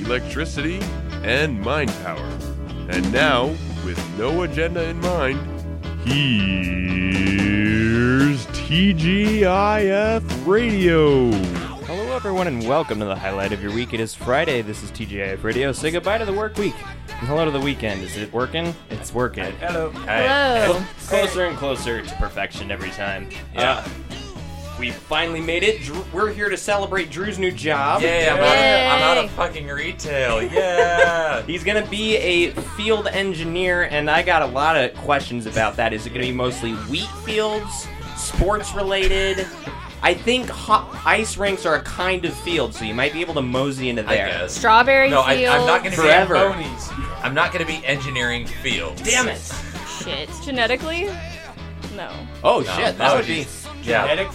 electricity, and mind power. And now, with no agenda in mind, here's TGIF Radio. Hello, everyone, and welcome to the highlight of your week. It is Friday. This is TGIF Radio. Say goodbye to the work week and hello to the weekend. Is it working? It's working. Hello. Hello. Closer and closer to perfection every time. Yeah. we finally made it. Drew, we're here to celebrate Drew's new job. Yeah, I'm, Out of, I'm out Yay. of fucking retail. Yeah. He's gonna be a field engineer, and I got a lot of questions about that. Is it gonna be mostly wheat fields, sports related? I think hot ice rinks are a kind of field, so you might be able to mosey into I there. guess. Strawberry no, I, fields. I'm not going to be Forever. Amboni's. I'm not going to be engineering fields. Damn it! Shit. Genetically? No. Oh No, shit, that that would would be. Yeah.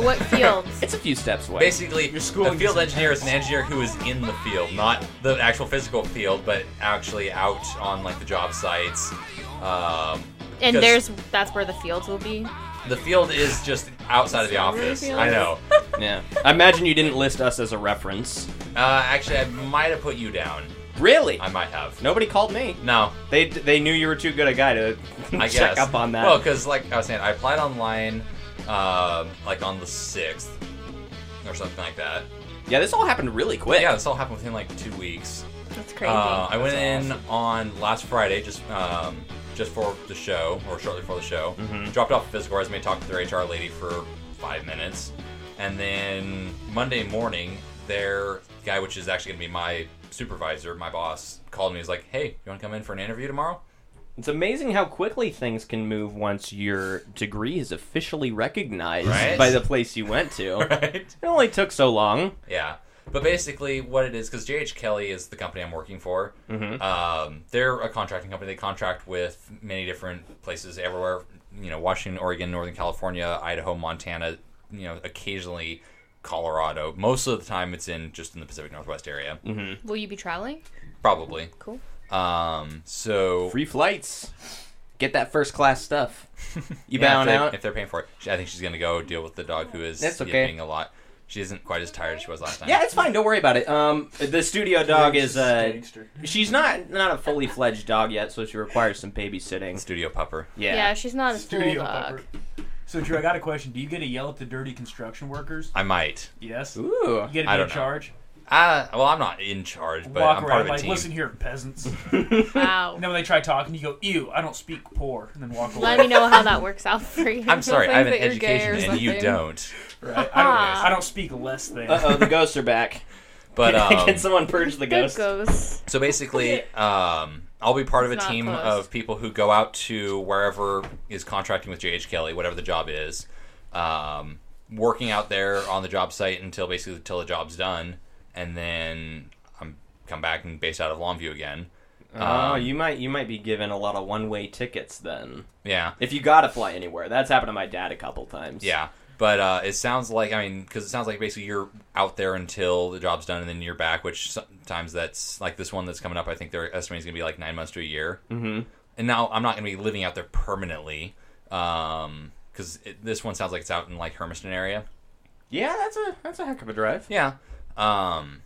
what fields? It's a few steps away. Basically, your school a field engineer is an engineer who is in the field, not the actual physical field, but actually out on like the job sites. Um, and because there's that's where the fields will be. the field is just outside of the office. field. I know. Yeah. I imagine you didn't list us as a reference. Uh, actually, I might have put you down. Really? I might have. Nobody called me. No, They they knew you were too good a guy to I check guess. up on that. Well, because like I was saying, I applied online, um, like on the sixth or something like that. yeah, this all happened really quick. Yeah, this all happened within like two weeks. That's crazy. Uh, I went in on last Friday, just um, just for the show or shortly before the show. Mm-hmm. Dropped off a physical resume, talked to their HR lady for five minutes, and then Monday morning, their guy, which is actually gonna be my supervisor, my boss, called me. He's like, "Hey, you want to come in for an interview tomorrow?" It's amazing how quickly things can move once your degree is officially recognized Right? by the place you went to. Right? It only took so long. Yeah. But basically, what it is, because JH Kelly is the company I'm working for. Mm-hmm. Um, they're a contracting company. They contract with many different places everywhere. You know, Washington, Oregon, Northern California, Idaho, Montana. You know, occasionally Colorado. Most of the time, it's in just in the Pacific Northwest area, Mm-hmm. Will you be traveling? probably. Cool. Um, so Free flights. Get that first class stuff. You Yeah, bowing if they, out. if they're paying for it. She- I think she's gonna go deal with the dog who is That's okay. yipping a lot. She isn't quite as tired as she was last time. Yeah, it's fine. Don't worry about it. Um, the studio dog is uh, she's not not a fully fledged dog yet, so she requires some babysitting. Studio pupper. Yeah. she's not a full Studio dog. pepper. So Drew, I got a question. Do you get to yell at the dirty construction workers? I might. Yes. You Ooh. get to be I in don't know. charge. Uh, well, I'm not in charge, but Walk I'm part around of a like, team. listen here, peasants. and Wow. then when they try talking, you go, ew, I don't speak poor, and then walk away. Let me know how that works out for you. I'm sorry, I have an that you're gay education or and you something. don't. Right? I, don't, I don't speak less than. Uh oh, the ghosts are back. But Can um, someone purge the Good ghosts? ghosts. so basically, um, I'll be part of a It's not team close. of people who go out to wherever is contracting with JH Kelly, whatever the job is, um, working out there on the job site until basically until the job's done, and then I'm come back and based out of Longview again. Oh, you might you might be given a lot of one way tickets then. Yeah, If you gotta fly anywhere, that's happened to my dad a couple times. yeah. But uh, it sounds like I mean, because it sounds like basically you're out there until the job's done, and then you're back. Which sometimes that's like this one that's coming up. I think they're estimating is going to be like nine months to a year. and now I'm not going to be living out there permanently because this one sounds like it's out in like Hermiston area. Yeah, that's a that's a heck of a drive. Yeah. Um,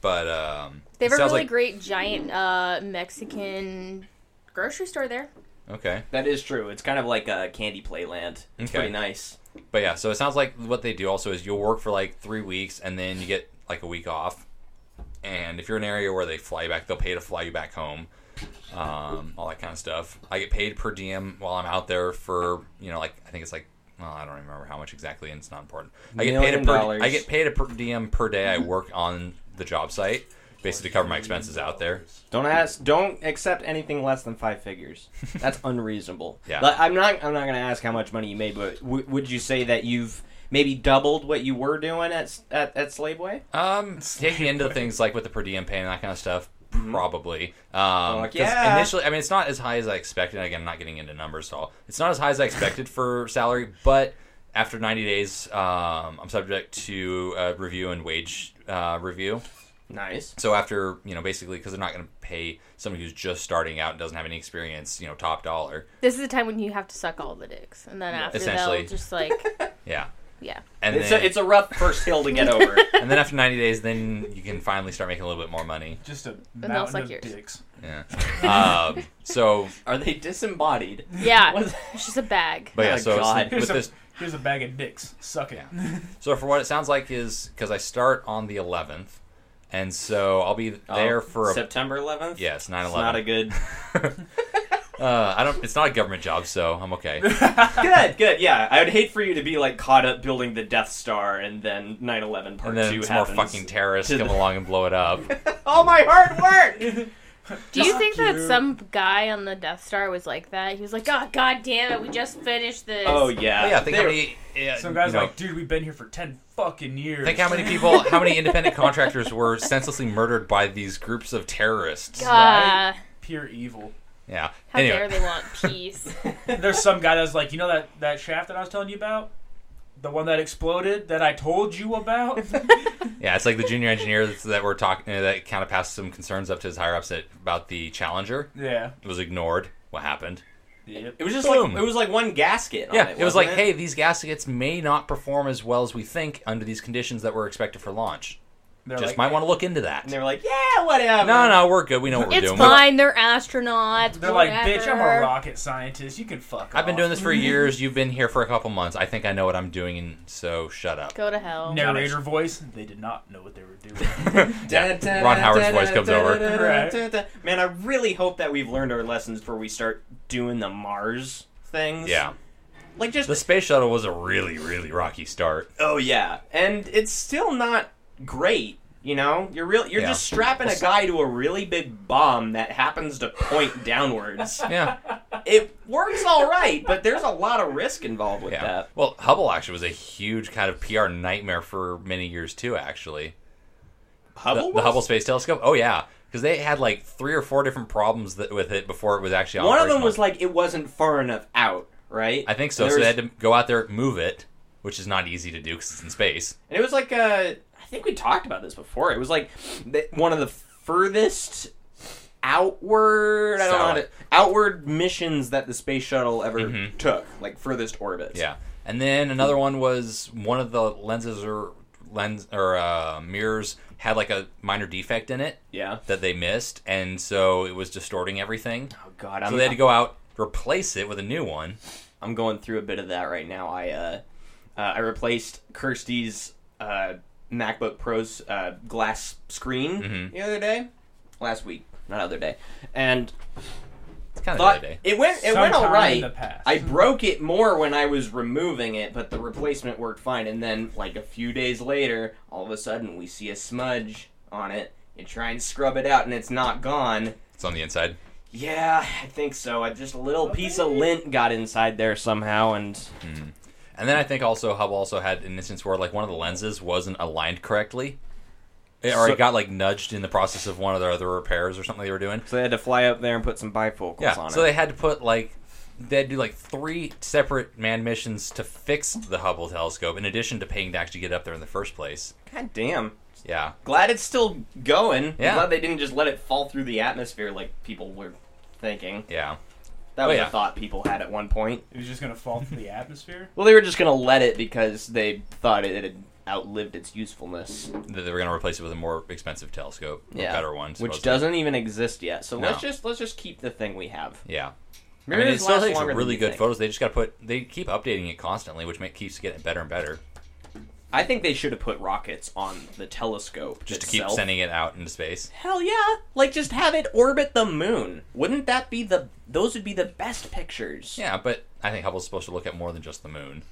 but um, They it have a sounds really like, great giant uh, Mexican grocery store there. Okay, That is true. It's kind of like a candy playland. It's Okay. pretty nice. but yeah, so it sounds like what they do also is you'll work for like three weeks and then you get like a week off. And if you're in an area where they fly you back, they'll pay to fly you back home. Um, all that kind of stuff. I get paid per diem while I'm out there for you know like I think it's like well I don't remember how much exactly and it's not important. I get paid a Million per dollars. I get paid a per diem per day I work on the job site basically to cover my expenses out there. Don't ask. Don't accept anything less than five figures. That's unreasonable. Yeah. Like, I'm not. I'm not going to ask how much money you made, but w- would you say that you've maybe doubled what you were doing at s- at, at Slaveway? Um, taking into things like with the per diem pay and that kind of stuff, probably. Um, Mm-hmm. Fuck 'cause yeah. Initially, I mean, it's not as high as I expected. Again, I'm not getting into numbers at all. It's not as high as I expected for salary, but after 90 days, um, I'm subject to a review and wage uh, review. Nice. So after you know, basically, because they're not going to pay somebody who's just starting out and doesn't have any experience, you know, top dollar. This is the time when you have to suck all the dicks, and then after Essentially. they'll just like, Yeah. yeah, And It's then, a, it's a rough first hill to get over. and then after 90 days, then you can finally start making a little bit more money. Just a they'll mountain suck of yours. dicks. Yeah. um, so, Are they disembodied? yeah. What- it's just a bag. but yeah, Oh, so God. it's- Here's with a, this, here's a bag of dicks. Suck it. So for what it sounds like is because I start on the 11th, and so I'll be there Oh, for a, September 11th. yes 9/11. It's not a good. uh, I don't. It's not a government job, so I'm okay. good, good. Yeah, I would hate for you to be like caught up building the Death Star and then 9/11 part And then two some more happens. fucking terrorists to come the- along and blow it up. All my hard work. Do you think that some guy on the Death Star was like that? He was like, oh god damn it, we just finished this. Uh, oh yeah. But yeah, think how They're- many. Yeah, Some guys you know, like, dude, we've been here for ten fucking years. Think how many people, how many independent contractors were senselessly murdered by these groups of terrorists. God, right? Pure evil. Yeah. how anyway, dare they want peace? There's some guy that's like, you know that that shaft that I was telling you about, the one that exploded that I told you about. yeah, it's like the junior engineer that's- that we're talking that kind of passed some concerns up to his higher ups at, about the Challenger. yeah. It was ignored. What happened? Yep. It was just Boom. like it was like one gasket. On Yeah, it, it was like, wasn't hey, these gaskets may not perform as well as we think under these conditions that were expected for launch. They're Just like, might want to look into that. And they were like, yeah, whatever. No, no, we're good. We know what we're it's doing. fine, they're astronauts. They're like, whatever. bitch, I'm a rocket scientist. You can fuck. I've been off." doing this for years. You've been here for a couple months. I think I know what I'm doing, and so shut up. Go to hell. narrator voice. They did not know what they were doing. Yeah, Ron Howard's voice comes over. Right. Man, I really hope that we've learned our lessons before we start doing the Mars things. Yeah. Like just The space shuttle was a really, really rocky start. oh yeah, and it's still not great. You know, you're real. You're Yeah. just strapping a guy to a really big bomb that happens to point downwards. Yeah. It works all right, but there's a lot of risk involved with Yeah. that. Well, Hubble actually was a huge kind of PR nightmare for many years, too, actually. Hubble, the, the was? Hubble Space Telescope. Oh yeah, because they had like three or four different problems that, with it before it was actually One of them operational. was like it wasn't far enough out, right? I think so. And So there they was- had to go out there, move it, which is not easy to do because it's in space. And it was like uh, I think we talked about this before. It was like the, one of the furthest outward I don't know how to, Satellite. outward missions that the space shuttle ever took, like furthest orbits. Mm-hmm. Yeah, and then another one was one of the lenses or lens or uh, mirrors had like a minor defect in it Yeah. that they missed, and so it was distorting everything. Oh god, I'm So they had to go out, replace it with a new one. I'm going through a bit of that right now. I uh, uh I replaced Kirsty's uh MacBook Pro's uh glass screen the other day, last week, not other day. And It's kind of thought the other day. it went it Sometime went all right. in the past. I broke it more when I was removing it, but the replacement worked fine. And then, like a few days later, all of a sudden we see a smudge on it. You try and scrub it out, and it's not gone. It's on the inside. Yeah, I think so. I just a little piece of lint got inside there somehow, and And then I think also Hubble also had an instance where like one of the lenses wasn't aligned correctly, It- or So- it got like nudged in the process of one of their other repairs or something they were doing. so they had to fly up there and put some bifocals Yeah, on so it. they had to put like they had to do like three separate manned missions to fix the Hubble telescope in addition to paying to actually get up there in the first place. God damn. Yeah, Glad it's still going. Yeah. Glad they didn't just let it fall through the atmosphere like people were thinking. yeah, That Oh, was yeah. a thought people had at one point. It was just gonna fall through the atmosphere. Well, they were just gonna let it because they thought it had outlived its usefulness, Th- they were going to replace it with a more expensive telescope, a Yeah. better one, supposedly. which doesn't even exist yet. So No. let's just let's just keep the thing we have. Yeah, Maybe I mean, it this still lasts takes longer than really you good think. photos. They just got to put they keep updating it constantly, which make, keeps getting better and better, I think they should have put rockets on the telescope just to itself. keep sending it out into space. Hell yeah! Like just have it orbit the moon. Wouldn't that be the? Those would be the best pictures. Yeah, but I think Hubble's supposed to look at more than just the moon.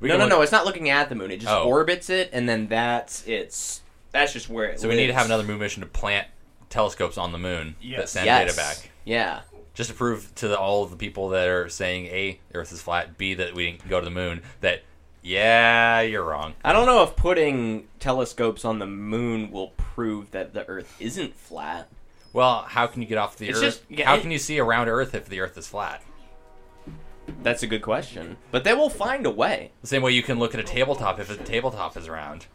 We No, can no, look- no. It's not looking at the moon. It just Oh. orbits it, and then that's it's. That's just where it. So we need to lives. have another moon mission to plant telescopes on the moon that Yes. send yes. data back, Yeah. just to prove to the, all of the people that are saying a the Earth is flat, b that we didn't go to the moon, that Yeah, you're wrong. I don't know if putting telescopes on the moon will prove that the Earth isn't flat. Well, how can you get off the It's Earth? just- yeah, how it- can you see around Earth if the Earth is flat? That's a good question. But they will find a way. The same way you can look at a tabletop if the tabletop is round.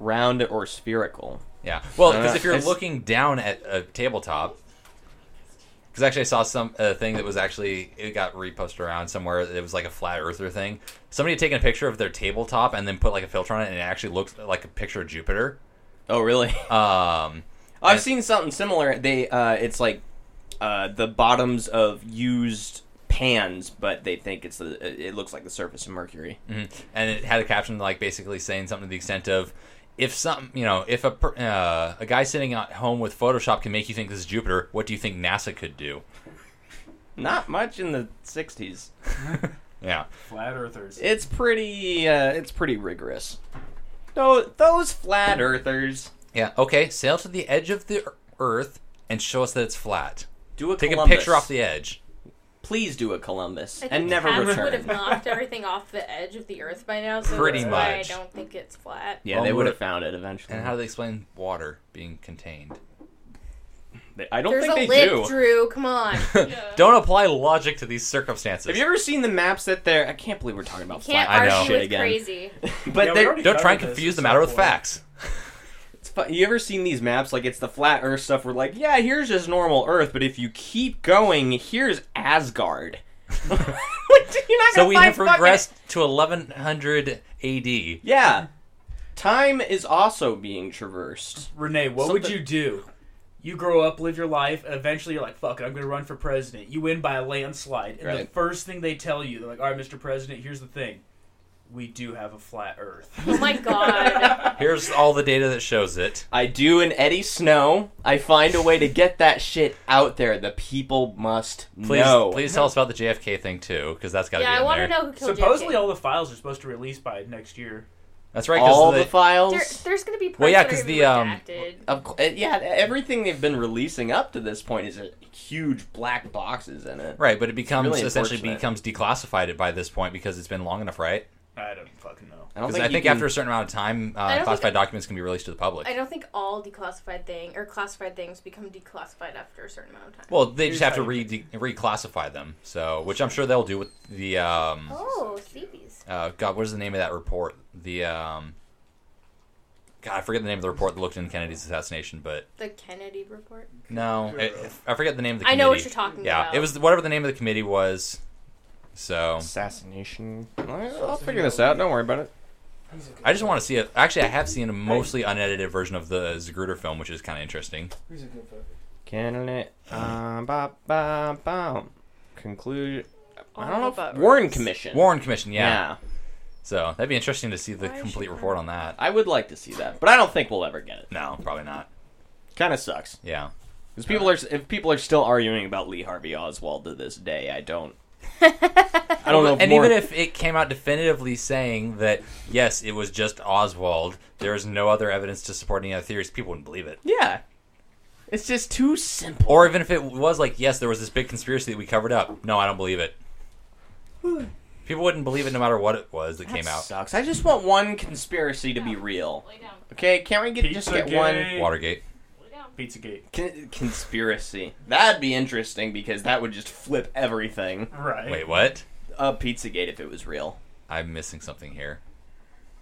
Round or spherical. Yeah. Well, Uh, because if you're it's- looking down at a tabletop, because actually I saw some uh, thing that was actually it got reposted around somewhere. It was like a flat earther thing. Somebody had taken a picture of their tabletop and then put like a filter on it, and it actually looked like a picture of Jupiter. Oh, really? Um, I've seen something similar. They uh, it's like uh, the bottoms of used pans, but they think it's the uh, it looks like the surface of Mercury. mhm. and it had a caption like basically saying something to the extent of. If some, you know, if a per- uh, a guy sitting at home with Photoshop can make you think this is Jupiter, what do you think NASA could do? Mm-hmm. Not much in the '60s. Yeah, Flat earthers. It's pretty uh, it's pretty rigorous. Those those flat earthers yeah. Okay, sail to the edge of the Earth and show us that it's flat. do a Take Columbus. a picture off the edge. Please do a Columbus I think and never cats would return. have knocked everything off the edge of the Earth by now, so Pretty that's why I much. don't think it's flat. Yeah, Well, they we would were- have found it eventually. And how do they explain water being contained? They- I don't There's a think they lid, do. Drew. Come on. Don't apply logic to these circumstances. Have you ever seen the maps that they're? I can't believe we're talking about Can't flat Earth know. argue shit with again. crazy. But Yeah, we they're- already Don't try and covered this confuse the at matter some with point. facts. It's fu- You ever seen these maps? Like it's the flat Earth stuff. Where like, yeah, here's just normal Earth, but if you keep going, here's Asgard. Like, You're not gonna So we find have fucking- regressed to 1100 AD. Yeah, time is also being traversed. Renee, what would Something- you do? You grow up, live your life, and eventually you're like, fuck it, I'm going to run for president. You win by a landslide. And the Right. first thing they tell you, they're like, all right, Mr. President, here's the thing. We do have a flat earth. Oh my god. Here's all the data that shows it. I do an Eddie Snow. I find a way to get that shit out there. The people must Please, know. please tell us about the JFK thing too, because that's got to yeah, be I in want there. to know who killed Supposedly, JFK. all the files are supposed to release by next year. That's right. 'cause all they- the files. There, there's going to be parts Well, yeah, that 'cause are the, even um, redacted. Of cou- uh, yeah, everything they've been releasing up to this point is a huge black boxes in it. right, but it becomes really essentially unfortunate. becomes declassified by this point because it's been long enough, right? I don't fucking know. don't Because I you think can- after a certain amount of time, don't uh, think- classified documents can be released to the public. I don't think all declassified thing or classified things become declassified after a certain amount of time. Well, they Here's just have to how re- de- reclassify them. So, which I'm sure they'll do with the um, oh, sleepies. uh, God, what is the name of that report? The um, God, I forget the name of the report that looked into Kennedy's assassination, but The Kennedy report. no, I, I forget the name of the. I Committee. know what you're talking Yeah, about. it was whatever the name of the committee was. So assassination. I'll figure this out. Don't worry about it. I just want to see it. Actually, I have seen a mostly unedited version of the Zagruder film, which is kind of interesting. Candidate. Um, Uh, ba, ba, ba. Conclusion. I don't know. All If, about Warren race. Commission. Warren Commission, Yeah. yeah. So that'd be interesting to see the Why complete should report I- on that. I would like to see that, but I don't think we'll ever get it. No, probably not. Kind of sucks Yeah. because people are if people are still arguing about Lee Harvey Oswald to this day. I don't. I don't know. If and more, even if it came out definitively saying that yes, it was just Oswald, there is no other evidence to support any other theories, people wouldn't believe it. yeah, it's just too simple. Or even if it was like yes, there was this big conspiracy that we covered up. No, I don't believe it. people wouldn't believe it no matter what it was that, That came out. Sucks. I just want one conspiracy to be real. Okay, can't we get just get one Pizzagate. Watergate. Pizzagate. con- conspiracy? That'd be interesting because that would just flip everything. Right. Wait, what? Uh, Pizzagate if it was real. I'm missing something here.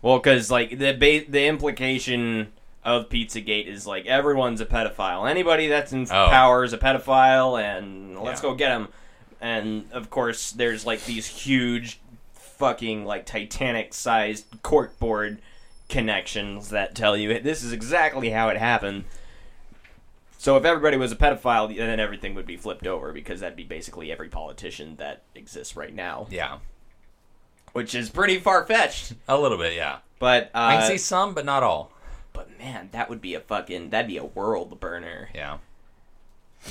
Well, because like the ba- the implication of Pizzagate is like everyone's a pedophile. Anybody that's in Oh. power is a pedophile, and let's Yeah. go get him. And of course, there's like these huge, fucking like Titanic-sized corkboard connections that tell you this is exactly how it happened. So if everybody was a pedophile, then everything would be flipped over because that'd be basically every politician that exists right now, Yeah, which is pretty far-fetched. a little bit. Yeah, But uh, I can see some, but not all. But man, that would be a fucking that'd be a world burner. Yeah,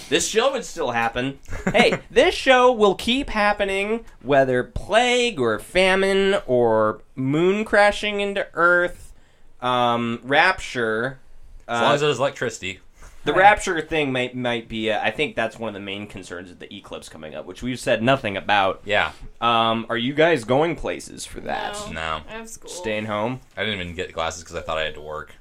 This show would still happen. hey, this show will keep happening whether plague or famine or moon crashing into Earth, um, rapture. as long uh, as there's electricity. The rapture thing might might be. Uh, I think that's one of the main concerns of the eclipse coming up, which we've said nothing about. Yeah. Um, are you guys going places for that? No. No. I have school. Staying home? I didn't even get glasses because I thought I had to work.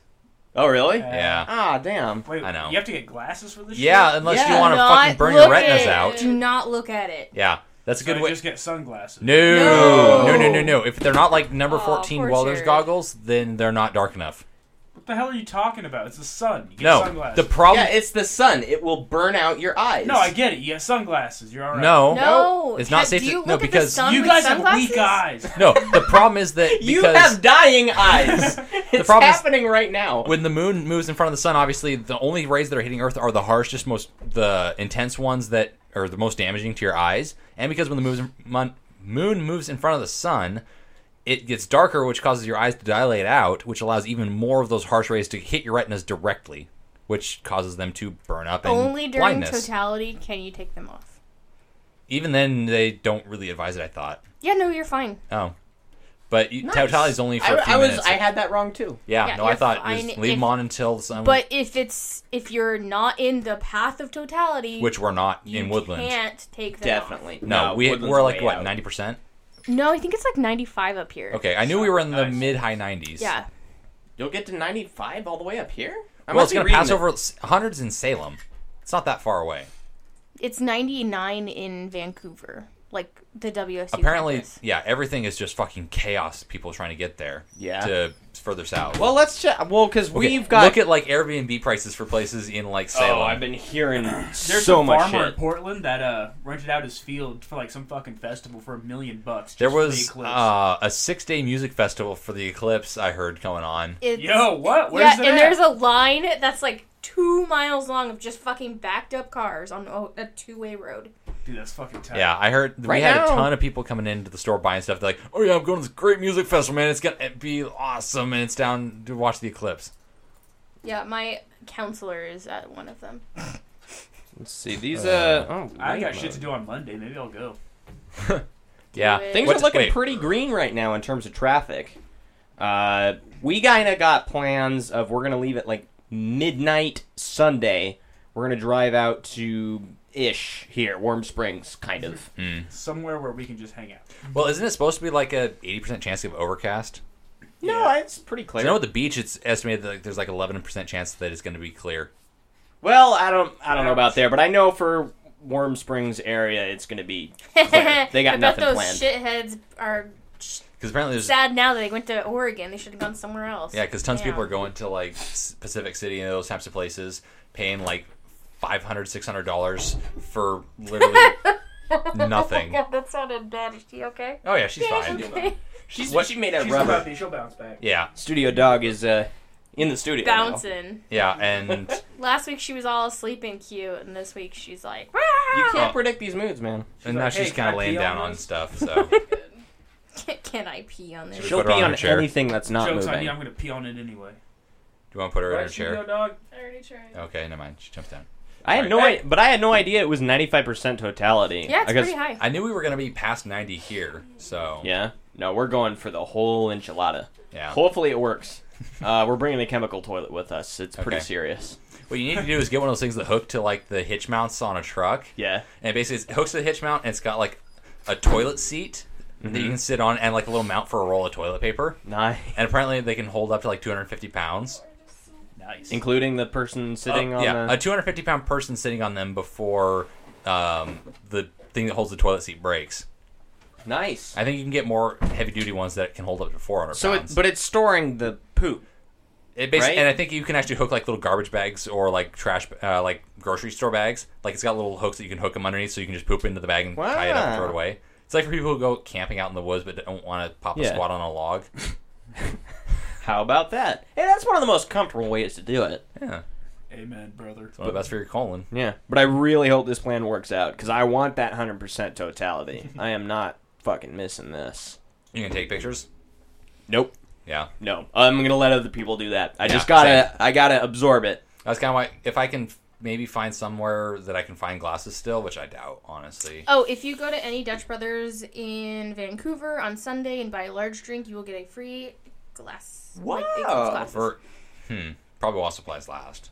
Oh, really? Uh, Yeah. Ah, damn. Wait, I know. You have to get glasses for this. Yeah, shit? unless Yeah. you want to Not fucking burn your look retinas at- out. Do not look at it. Yeah, that's a So good you way. Just get sunglasses. No. No. no, no, no, no. If they're not like number Aw, fourteen poor welder's Jared. goggles, then they're not dark enough. What the hell are you talking about? It's the sun. You get No, sunglasses. the problem. Yeah, it's the sun. It will burn out your eyes. no, I get it. You get sunglasses. You're all right. no, No, it's not Ha- safe. do to, you no, look at the because sun? You With guys sunglasses? have weak eyes. no. The problem is that because You have dying eyes. it's problem is- happening right now. when the moon moves in front of the sun, obviously the only rays that are hitting Earth are the harshest, most the intense ones that are the most damaging to your eyes. And because when the moves, mon, moon moves in front of the sun, it gets darker, which causes your eyes to dilate out, which allows even more of those harsh rays to hit your retinas directly, which causes them to burn up and Only during blindness. totality can you take them off. even then, they don't really advise it. I thought. Yeah, no, you're fine. Oh, but you, Nice. totality is only for a I, few I was. minutes. I had that wrong too. yeah, yeah, no, I you're thought just fine leave if- them on until the sun, But if it's if you're not in the path of totality, which we're not in Woodland. can't take them off. Definitely. No, we Woodland's we're like way what out. ninety percent. No, I think it's like 95 up here. Okay, I knew we were in the Nice. mid high nineties. Yeah. You'll get to ninety-five all the way up here. I well, must it's be gonna reading pass it. over s- hundreds in Salem. It's not that far away. It's 99 in Vancouver. Like the WSU. Apparently, campus. yeah, everything is just fucking chaos. People trying to get there. Yeah. To further south. Well, let's check. Well, because Okay, we've got. look at like Airbnb prices for places in like Salem. Oh, I've been hearing There's so a much farmer in shit. Portland that uh, rented out his field for like some fucking festival for a million bucks. Just there for the was eclipse. uh, a six day music festival for the eclipse. I heard going on. It's, Yo, what? Where's yeah, it and at? there's a line that's like two miles long of just fucking backed up cars on a, a two way road. Dude, that's fucking tight. Yeah, I heard we Right had a now. ton of people coming into the store buying stuff. They're like, "Oh yeah, I'm going to this great music festival, man. It's gonna be awesome, and it's down to watch the eclipse." Yeah, my counselor is at one of them. Let's see these. Uh, oh, I wait got a shit to do on Monday. Maybe I'll go. Yeah, it. Things What's- are looking wait, pretty green right now in terms of traffic. Uh, we kind of got plans of we're gonna leave at like midnight Sunday. We're gonna drive out to ish here, Warm Springs, kind of. Somewhere where we can just hang out. Well, isn't it supposed to be like a eighty percent chance of overcast? No, it's pretty I clear. know at the beach, it's estimated that like, there's like eleven percent chance that it's going to be clear. well, I don't, I don't know about there, but I know for Warm Springs area, it's gonna be clear. They got I nothing bet planned. those shitheads are Because apparently there's sad now that they went to Oregon. They should have gone somewhere else. yeah, because tons of people Yeah. are going to like s- Pacific City and those types of places, paying like 500 dollars for literally nothing. God, that sounded bad. Is she okay? Oh yeah, she's fine. Okay. She's What- she made that She's rubber. happy. She'll bounce back. Yeah, Studio dog is uh, in the studio. now. Bouncing. yeah, and Last week she was all asleep and cute, and this week she's like, You "Rah!" can't predict these moods, man. and now like, she's kind "Hey, can of I laying pee on down on this?" stuff. So can, can I pee on this? Sure. She'll put her be on on her chair. anything that's not Jokes on moving. you. I'm gonna pee on it anyway. do you want to put her in her Right, studio chair? dog. I already tried. Okay, never mind. She jumps down. I had no, Right. I- but I had no idea it was ninety five percent totality. Yeah, it's I guess- pretty high. I knew we were going to be past 90 here, so Yeah, no, we're going for the whole enchilada. yeah. Hopefully, it works. uh, we're bringing the chemical toilet with us. It's pretty Okay. serious. What you need to do is get one of those things that hook to like the hitch mounts on a truck, Yeah, and basically it's- it hooks to the hitch mount, and it's got like a toilet seat that Mm-hmm. you can sit on, and like a little mount for a roll of toilet paper. nice. And apparently they can hold up to like 250 pounds. Nice. Including the person sitting Uh, on yeah, the. a 250 pound person sitting on them before um, the thing that holds the toilet seat breaks. nice. I think you can get more heavy duty ones that can hold up to 400 So, pounds. it, but it's storing the poop. It basically, Right? and I think you can actually hook like little garbage bags or like trash, uh, like grocery store bags. Like it's got little hooks that you can hook them underneath, so you can just poop into the bag and tie it up and throw it Wow. away. It's like for people who go camping out in the woods but don't want to pop a Yeah. squat on a log. How about that? Hey, that's one of the most comfortable ways to do it. Yeah, Amen, brother. well, that's for your colon. Yeah, but I really hope this plan works out because I want that hundred percent totality. I am not fucking missing this. You can take pictures. Nope. Yeah, No, I'm gonna let other people do that. I just Yeah, gotta, I gotta absorb it. that's kind of why. If I can f- maybe find somewhere that I can find glasses still, which I doubt, honestly. Oh, if you go to any Dutch Brothers in Vancouver on Sunday and buy a large drink, you will get a free glass. Like, Wow. eclipse glasses. Or, hmm, probably while supplies last.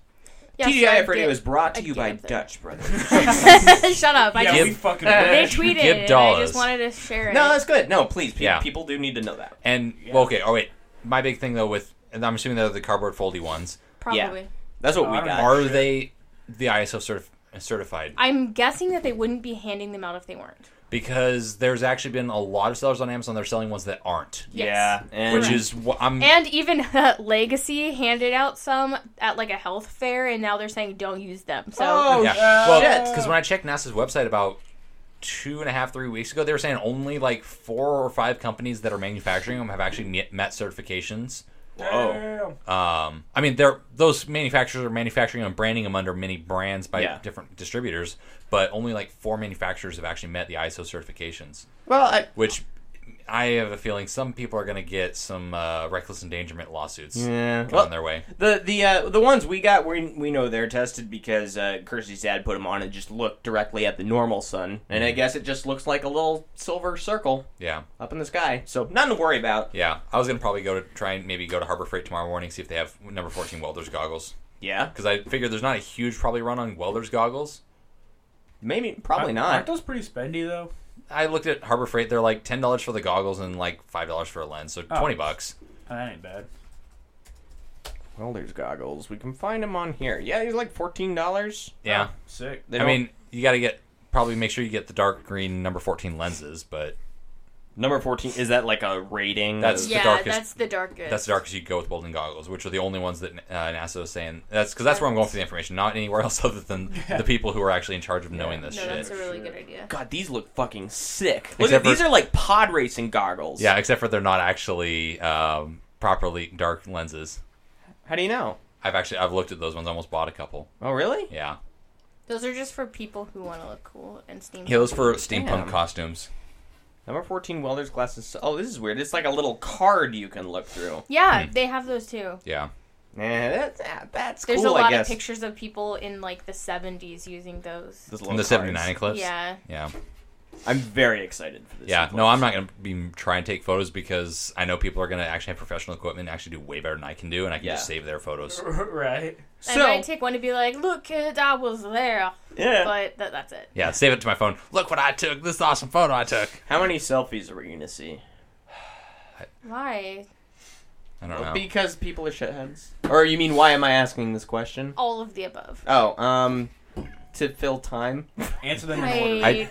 Yeah, TGIF sure, Radio I is brought to I you by did. Dutch Brothers. Shut up. I yeah, just, we give- fucking they wish. tweeted Give it. and I dollars. just wanted to share it. no, that's good. No, please, pe- Yeah. people do need to know that. And well, okay, oh wait. My big thing though with, and I'm assuming they're the cardboard foldy ones. Probably. Yeah. That's what Oh, we I don't got. know. Are Sure. they the ISO certif- certified? I'm guessing that they wouldn't be handing them out if they weren't. Because there's actually been a lot of sellers on Amazon. They're selling ones that aren't, Yes. Yeah, and which is wh- I'm. And even uh, Legacy handed out some at like a health fair, and now they're saying don't use them. So oh yeah. sh- well, shit. because when I checked NASA's website about two and a half, three weeks ago, they were saying only like four or five companies that are manufacturing them have actually me- met certifications. Whoa. Um, I mean, they're those manufacturers are manufacturing and branding them under many brands by Yeah. different distributors, but only like four manufacturers have actually met the ISO certifications. Well, I, Which I have a feeling some people are going to get some uh, reckless endangerment lawsuits yeah. on Well, their way. the the uh, the ones we got, we we know they're tested because uh, Kirsty's dad put them on and just looked directly at the normal sun, and I guess it just looks like a little silver circle Yeah, up in the sky. So nothing to worry about. yeah. I was going to probably go to try and maybe go to Harbor Freight tomorrow morning see if they have number fourteen welders goggles Yeah, because I figure there's not a huge probably run on welders goggles. maybe probably Aren't not. those pretty spendy though? I looked at Harbor Freight; they're like ten dollars for the goggles and like five dollars for a lens, so Oh. twenty bucks. Oh, that ain't bad. Welder's goggles. We can find them on here. Yeah, he's like fourteen dollars. Oh, Yeah. Sick. I mean, you got to get probably make sure you get the dark green number 14 lenses, but number fourteen is that like a rating? That's- of- the yeah, darkest- that's the darkest. that's the darkest you go with welding goggles, which are the only ones that uh, NASA is saying. That's because that's where I'm going for the information, not anywhere else other than the people who are actually in charge of knowing this No, shit. that's a really good idea. God, these look fucking sick. Look Except at for- these are like pod racing goggles. yeah, except for they're not actually um, properly dark lenses. How do you know? I've actually I've looked at those ones. Almost bought a couple. Oh, really? Yeah, Those are just for people who want to look cool and steam. yeah, those for steampunk Damn. costumes. Number 14 welder's glasses. Oh, this is weird. It's like a little card you can look through. Yeah, they have those too. Yeah, Yeah, that's, ah, that's There's cool, a I lot of guess. pictures of people in like the 70s using those. Those in little the cards. '79 eclipse. Yeah. yeah. I'm very excited for this. Yeah, eclipse. no, I'm not going to be trying to take photos because I know people are going to actually have professional equipment and actually do way better than I can do, and I can just Yeah. save their photos. right. I might take one to be like, look, kid, I was there. yeah. But that, that's it. Yeah, save it to my phone. Look what I took. This awesome photo I took. How many selfies are we going to see? Why? I don't know. Because people are shitheads. Or you mean, why am I asking this question? All of the above. Oh, um, to fill time. Answer them in order. I,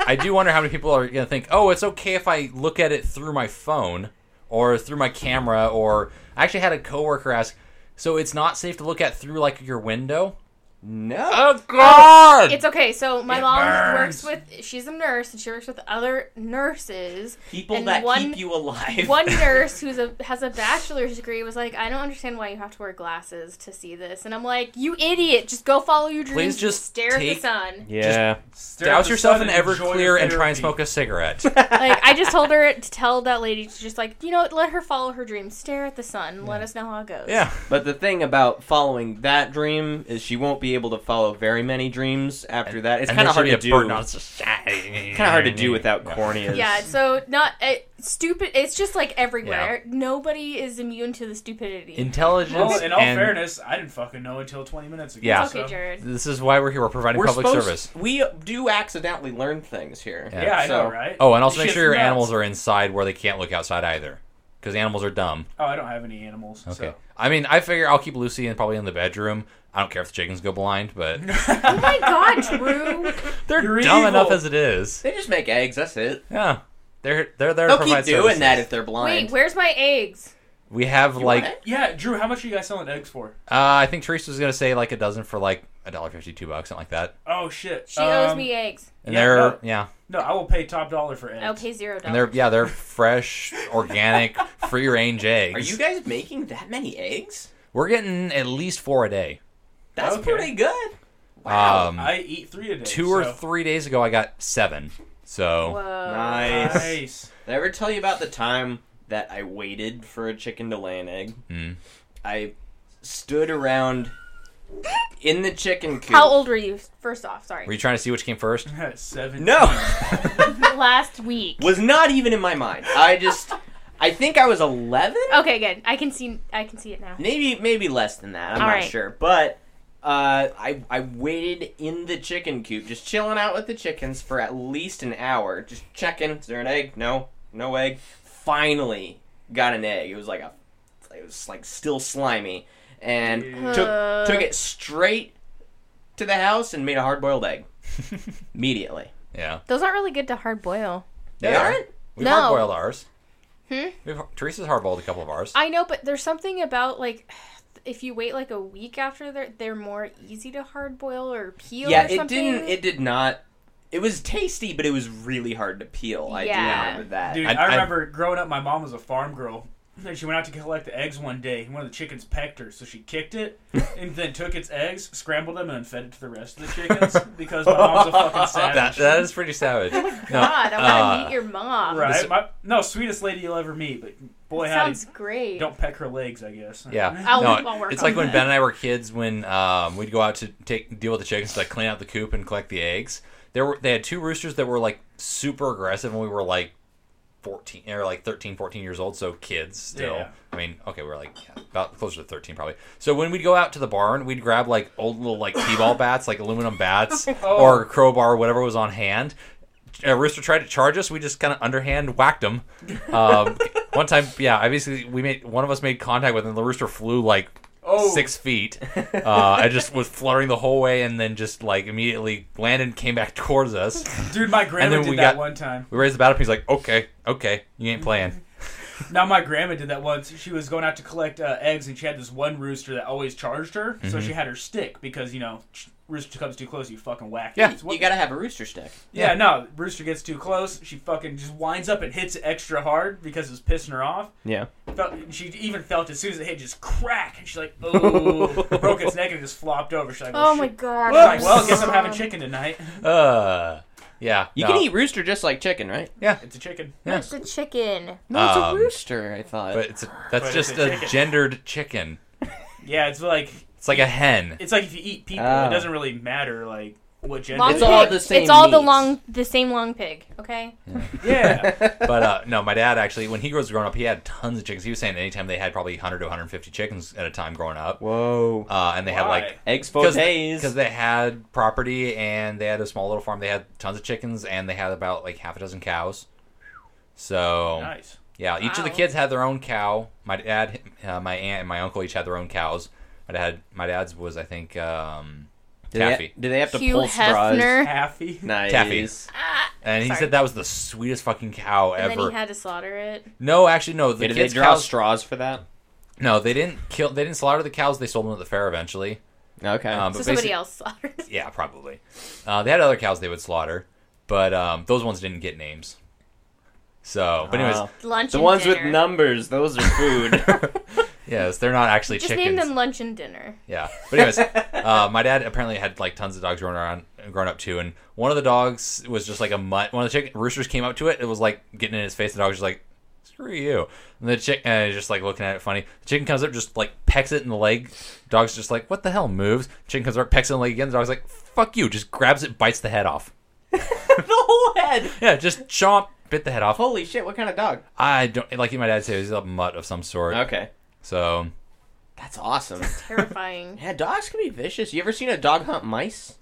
I do wonder how many people are going to think, oh, it's okay if I look at it through my phone or through my camera. Or I actually had a coworker ask, so it's not safe to look at through like your window. No. God! it's okay. So my It mom burns. works with. She's a nurse, and she works with other nurses. people and that one- keep you alive. One nurse who's a has a bachelor's degree was like, I don't understand why you have to wear glasses to see this, and I'm like, you idiot! Just go follow your dreams. Please just stare at take- the sun. Yeah. Stare at Douse the yourself in sun and enjoy Everclear your and try and therapy. smoke a cigarette. Like I just told her to tell that lady to just like, you know, what, let her follow her dreams. Stare at the sun. Let us know how it goes. yeah. But the thing about following that dream is she won't be able to follow very many dreams after that. It's And kind there of hard should to be do. a burden on society. kind of hard to do without corneas. Yeah, so not uh, stupid. It's just like everywhere. Nobody is immune to the stupidity. intelligence. Well, in all and fairness, I didn't fucking know until 20 minutes ago. Yeah. okay, so- Jared. this is why we're here. We're providing We're public supposed- service. We do accidentally learn things here. Yeah. Yeah, I So- know, right? Oh, and also make Shit's sure your nuts. animals are inside where they can't look outside either, because animals are dumb. Oh, I don't have any animals. Okay. So. I mean, I figure I'll keep Lucy in probably in the bedroom. I don't care if the chickens go blind, but Oh my God, Drew. they're You're dumb evil. enough as it is. They just make eggs. That's it. Yeah, they're they're there They'll to keep provide doing services. that if they're Wait, blind. where's my eggs? We have like uh, want Yeah, Drew, how much are you guys selling eggs for? I think Teresa was gonna say like a dozen for like a dollar fifty two bucks something like that. Oh, shit. She owes Um, me eggs. And Yeah, they're no. yeah, No, I will pay top dollar for eggs. I'll pay zero and they're dollars. yeah they're fresh, organic, free range eggs. Are you guys making that many eggs? We're getting at least four a day. That's Okay. pretty good. Wow. Um, I eat three a day. two so. or three days ago, I got seven. So Whoa. nice. Nice. Did I ever tell you about the time that I waited for a chicken to lay an egg? Mm. I stood around in the chicken coop. How old were you? First off, sorry. were you trying to see which came first? Seven. No. Last week. was not even in my mind. I just, I think I was 11, Okay, good. I can see. I can see it now. maybe maybe less than that. I'm All not right. sure, but uh, I I waited in the chicken coop, just chilling out with the chickens for at least an hour, just checking. Is there an egg? No, no egg. Finally, got an egg. It was like a, it was like still slimy, and Uh. took took it straight to the house and made a hard boiled egg immediately. Yeah. Those aren't really good to hard boil. They Yeah. aren't? We've No. hard boiled ours. Hmm? We've, Teresa's hard boiled a couple of ours. I know, but there's something about like if you wait like a week after they're they're more easy to hard boil or peel. yeah, or it something. didn't. It did not. It was tasty, but it was really hard to peel. I Yeah. do remember that. Dude, I- I, I- remember growing up, my mom was a farm girl. And she went out to collect the eggs one day, and one of the chickens pecked her, so she kicked it, and then took its eggs, scrambled them, and then fed it to the rest of the chickens because my mom's a fucking savage. that, that is pretty savage. No, God, I want to uh, meet your mom. right? My, no, sweetest lady you'll ever meet, but boy, howdy, Sounds great. don't peck her legs, I guess. Yeah, I'll- no, I'll work it's on like when that. Ben and I were kids. When um, we'd go out to take deal with the chickens, to, like clean out the coop and collect the eggs. There were they had two roosters that were like super aggressive, and we were like fourteen or like 13, 14 years old, so kids still. Yeah. I mean, okay, we were like yeah, about closer to thirteen probably. So when we'd go out to the barn, we'd grab like old little like t-ball bats, like aluminum bats or crowbar, whatever was on hand. A uh, rooster tried to charge us. We just kind of underhand whacked him. Um, one time, yeah, I basically we made one of us made contact with, him, and the rooster flew like Oh. six feet. Uh, I just was fluttering the whole way, and then just like immediately landed, and came back towards us. Dude, my then grandma did we that got- one time. We raised the bat up. and He's like, "Okay, okay, you ain't playing." Now, my grandma did that once. She was going out to collect uh, eggs, and she had this one rooster that always charged her, so Mm-hmm. she had her stick because, you know, rooster comes too close, you fucking whack it. Yeah. It's what- You gotta have a rooster stick. Yeah, no, Brewster gets too close. She fucking just winds up and hits it extra hard because it was pissing her off. Yeah. Felt, she even felt as soon as it hit, just crack, and she's like, "Oh!" broke its neck and just flopped over. She's like, "Well, Oh my shit." god. She's like, well, guess I'm having chicken tonight. Uh, yeah, You no. can eat rooster just like chicken, right? It's a chicken. It's a chicken. No, it's Um, a rooster. I thought. but it's a, that's it's just a a, chicken. gendered chicken. Yeah, it's like It's like a hen. it's like if you eat people, Oh. it doesn't really matter like what gender. Long It's pig. all the same It's all the meats. long, the same long pig. Okay. yeah, But uh, no, my dad actually, when he was growing up, he had tons of chickens. He was saying anytime they had probably 100 to 150 chickens at a time growing up. Whoa. Uh, and they had Why? like Eggs because Exposés. they had property and they had a small little farm. They had tons of chickens and they had about like half a dozen cows. So nice. yeah, each of the Wow. kids had their own cow. My dad, uh, my aunt, and my uncle each had their own cows. My dad, my dad's was I think um, Do they, taffy. do they have to Hugh pull straws? Hefner. Taffy. Nice. Taffy. And he Sorry. said that was the sweetest fucking cow And then ever. he had to slaughter it. no, actually, no. The Did they kids' draw cows. straws for that? no, they didn't kill. They didn't slaughter the cows. They sold them at the fair eventually. Okay. Um, So but somebody basi- else slaughtered. it. Yeah, probably. Uh, they had other cows they would slaughter, but um, those ones didn't get names. So, but anyways, Wow. Lunch. the and ones with dinner. numbers, those are food. yes, they're not actually Just chickens. name them lunch and dinner. Yeah, but anyways, uh, my dad apparently had like tons of dogs growing around, growing up too, and one of the dogs was just like a mutt. One of the chicken roosters came up to it. It was like getting in his face. The dog was just like, "Screw you!" And the chick uh, just like looking at it funny. The chicken comes up, just like pecks it in the leg. Dog's just like, "What the hell?" Moves. Chicken comes up, pecks it in the leg again. The dog's like, "Fuck you!" Just grabs it, bites the head off. the whole head. Yeah, just chomp, bit the head off. Holy shit! What kind of dog? I don't like my dad said he's a mutt of some sort. Okay. So That's awesome. Terrifying. Yeah, dogs can be vicious. You ever seen a dog hunt mice?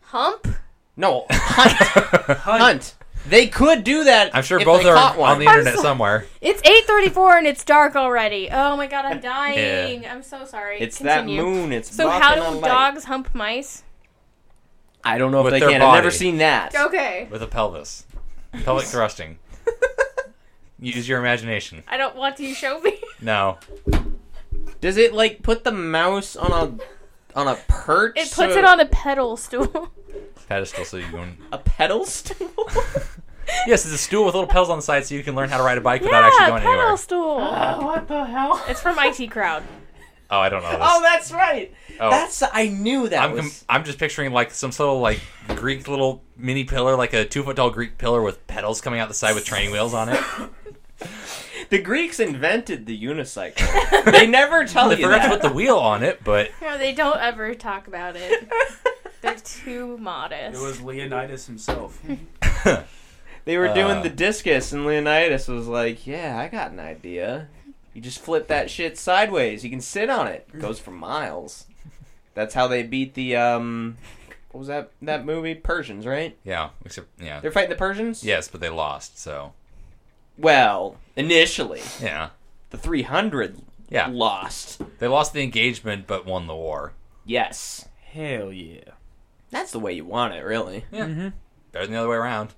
Hump. No, hunt, hunt. They could do that. I'm sure if both they are caught one. on the internet somewhere. It's 8:34 and it's dark already. Oh my god, I'm dying. I'm so sorry. It's Continue. that moon. It's So blocking how a do light. dogs hump mice? I don't know if With they their can. I've never body. seen that. Okay. with a pelvis. Pelvic thrusting. Use your imagination. I don't want you to show me. No. Does it like put the mouse on a on a perch? It puts so- it on a pedal stool. Pedestal so you can. a pedal stool. Yes, it's a stool with little pedals on the side so you can learn how to ride a bike without yeah, actually pedal going anywhere. stool. what the hell? it's from IT Crowd. Oh, I don't know this. Oh, that's right. Oh. That's I knew that I'm, com- was. I'm just picturing like some sort of like Greek little mini pillar, like a two foot tall Greek pillar with pedals coming out the side with training wheels on it. the Greeks invented the unicycle. they never tell They you forgot to put that. the wheel on it, but No, they don't ever talk about it. They're too modest. It was Leonidas himself. They were Uh. doing the discus, and Leonidas was like, "Yeah, I got an idea. You just flip that shit sideways. You can sit on it. It goes for miles." That's how they beat the um, what was that that movie? Persians, right? Yeah, except yeah, They're fighting the Persians. yes, but they lost. So Well, initially yeah, the 300 Yeah. lost. they lost the engagement but won the war. Yes, Hell yeah. that's the way you want it, really. Yeah, better than the other way around.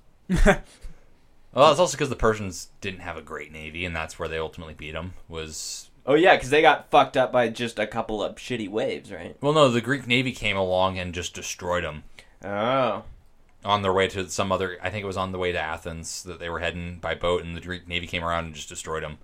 well, it's also because the Persians didn't have a great navy, and that's where they ultimately beat them. Was Oh yeah, because they got fucked up by just a couple of shitty waves, right? well, no, the Greek navy came along and just destroyed them. Oh, on their way to some other i think it was on the way to athens that they were heading by boat and the greek navy came around and just destroyed them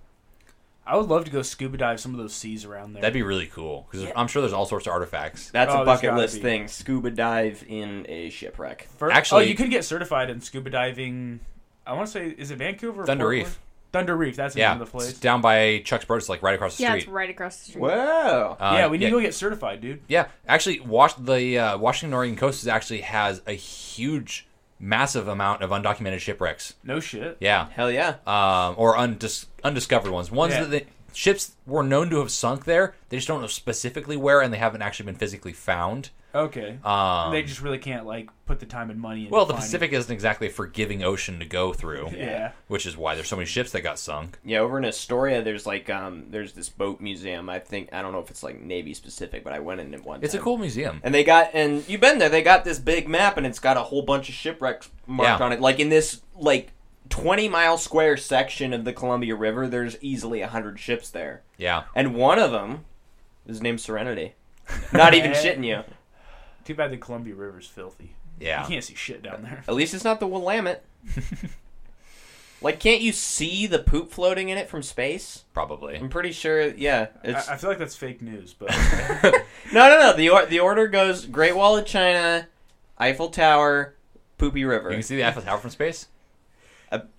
I would love to go scuba dive some of those seas around there. that'd be really cool because i'm sure there's all sorts of artifacts that's Oh, a there's bucket gotta list be. thing: scuba dive in a shipwreck. Fir- actually- oh, you could get certified in scuba diving. I want to say, is it Vancouver? or Thunder Portland? Reef. Thunder Reef. That's the yeah name of the it's place. down by chuck's brothers like right across the Yeah, it's street right across the street. Whoa! Uh, yeah, we need yeah, to go get certified, dude. yeah. actually wash the uh, washington oregon coast is actually has a huge massive amount of undocumented shipwrecks No shit. yeah Hell yeah! um, or undis- undiscovered ones ones Yeah. that the ships were known to have sunk there they just don't know specifically where and they haven't actually been physically found Okay. um, they just really can't like put the time and money. Into Well, the finding- Pacific isn't exactly a forgiving ocean to go through. Yeah. Which is why there's so many ships that got sunk. Yeah, over in Astoria, there's like um, there's this boat museum. I think I don't know if it's like Navy specific, but I went in it one. It's a time. cool museum. And they got and you've been there. They got this big map and it's got a whole bunch of shipwrecks marked Yeah. on it. Like in this like twenty mile square section of the Columbia River, there's easily hundred ships there, Yeah. and one of them is named Serenity. Not even shitting you. Too bad the Columbia River's filthy. Yeah. You can't see shit down there. At least it's not the Willamette. like, can't you see the poop floating in it from space? Probably. I'm pretty sure. Yeah, it's I, I feel like that's fake news, but No, no, no. The or- the order goes Great Wall of China, Eiffel Tower, Poopy River. You can see the Eiffel Tower from space?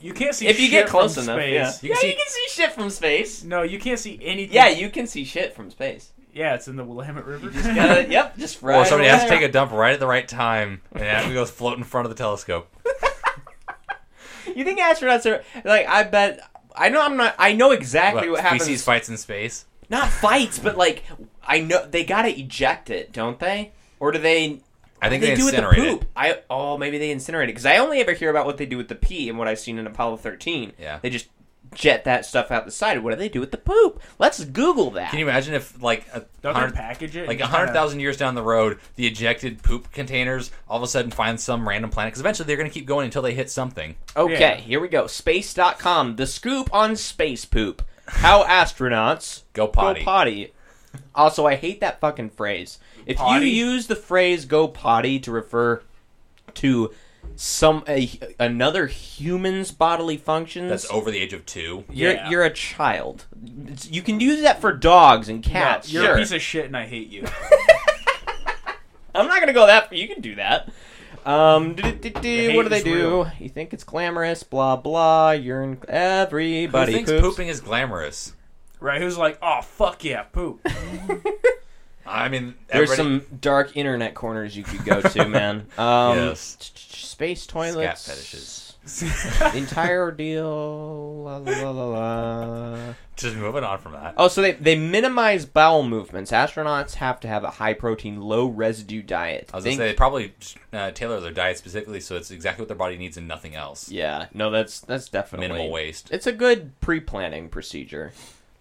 you can't see. if you get shit close from enough, space. yeah. You can see- see shit from space. No, you can't see anything. Yeah, you can see shit from space. yeah, it's in the Willamette River. You gotta- yep, just right. Or somebody has to away. take a dump right at the right time and that goes float in front of the telescope. You think astronauts are like? I bet. I know. I'm not. I know exactly What, what happens. species fights in space. Not fights, but like I know they gotta eject it, don't they? Or do they? I think they, they, do with the incinerate it. poop. I oh maybe they incinerate it because I only ever hear about what they do with the pee and what I've seen in Apollo 13. Yeah. they just jet that stuff out the side. What do they do with the poop? Let's Google that. Can you imagine if like a Don't they hundred package it? and like a just hundred kinda- thousand years down the road, the ejected poop containers all of a sudden find some random planet because eventually they're going to keep going until they hit something. okay, Yeah. here we go. Space.com. The scoop on space poop. How astronauts Go potty. go potty. Also, I hate that fucking phrase. If Potty? you use the phrase "go potty" to refer to some a, another human's bodily functions, That's over the age of two. You're Yeah. you're a child. It's- You can use that for dogs and No, cats. you're sure. a piece of shit, and I hate you. I'm not gonna go that. You can do that. Um, do, do, do, do, hate what do they is do? real. You think it's glamorous? Blah blah. You're in Who everybody. thinks poops. pooping is glamorous? Right? Who's like, oh fuck yeah, poop. I mean, There's everybody- some dark internet corners you could go to, man. Um, Yes. t- t- Space toilets. fetishes. the entire ordeal. La, la, la, la. Just moving on from that. Oh, so they, they minimize bowel movements. Astronauts have to have a high protein, low residue diet. I was Think- gonna say they probably uh, tailor their diet specifically so it's exactly what their body needs and nothing else. Yeah, no, that's that's definitely Minimal waste. It's a good pre-planning procedure.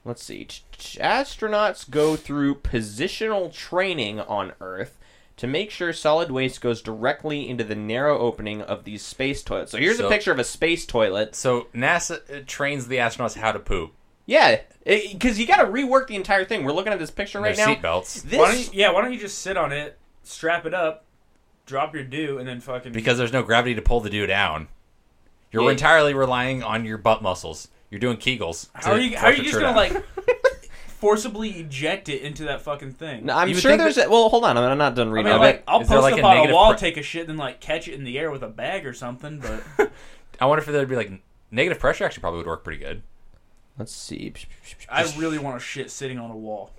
Let's see. Ch- ch- Astronauts go through positional training on Earth to make sure solid waste goes directly into the narrow opening of these space toilets. So here's a So- picture of a space toilet. So NASA uh, trains the astronauts how to poop. Yeah, because you got to rework the entire thing. We're looking at this picture Right right their now. seatbelts This Why don't you, yeah, why don't you just sit on it, strap it up, drop your dew, and then fucking because there's no gravity to pull the dude down. You're Yeah. entirely relying on your butt muscles. You're doing Kegels. How are to you? flush How are you the just turd gonna out. like forcibly eject it into that fucking thing? No, I'm you would sure think there's. a, well, hold on. I'm I'm not done I reading. mean, it. like, I'll Is there, post like, up a on a negative wall, pre- take a shit, and then like catch it in the air with a bag or something. But I wonder if there'd be like n- negative pressure. Actually, probably would work pretty good. Let's see. I really want a shit sitting on a wall.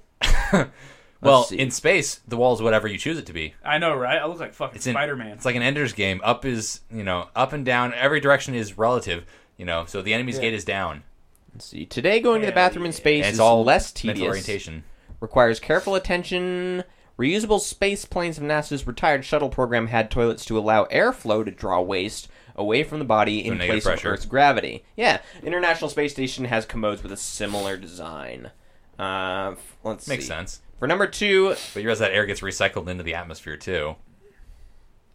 Well, see. in space, the wall is whatever you choose it to be. I know, right? I look like fucking It's in, Spider Man. It's like an Ender's Game. Up is you know up and down. Every direction is relative. You know, so the enemy's gate is down. Let's see. Today, going to the Hell bathroom in space And is it's all less mental tedious. orientation. requires careful attention, Reusable space planes of NASA's retired shuttle program had toilets to allow airflow to draw waste away from the body in negative place pressure. of Earth's gravity. Yeah, International Space Station has commodes with a similar design. Uh, f- let's Makes see. sense. For number two, But you realize that air gets recycled into the atmosphere too.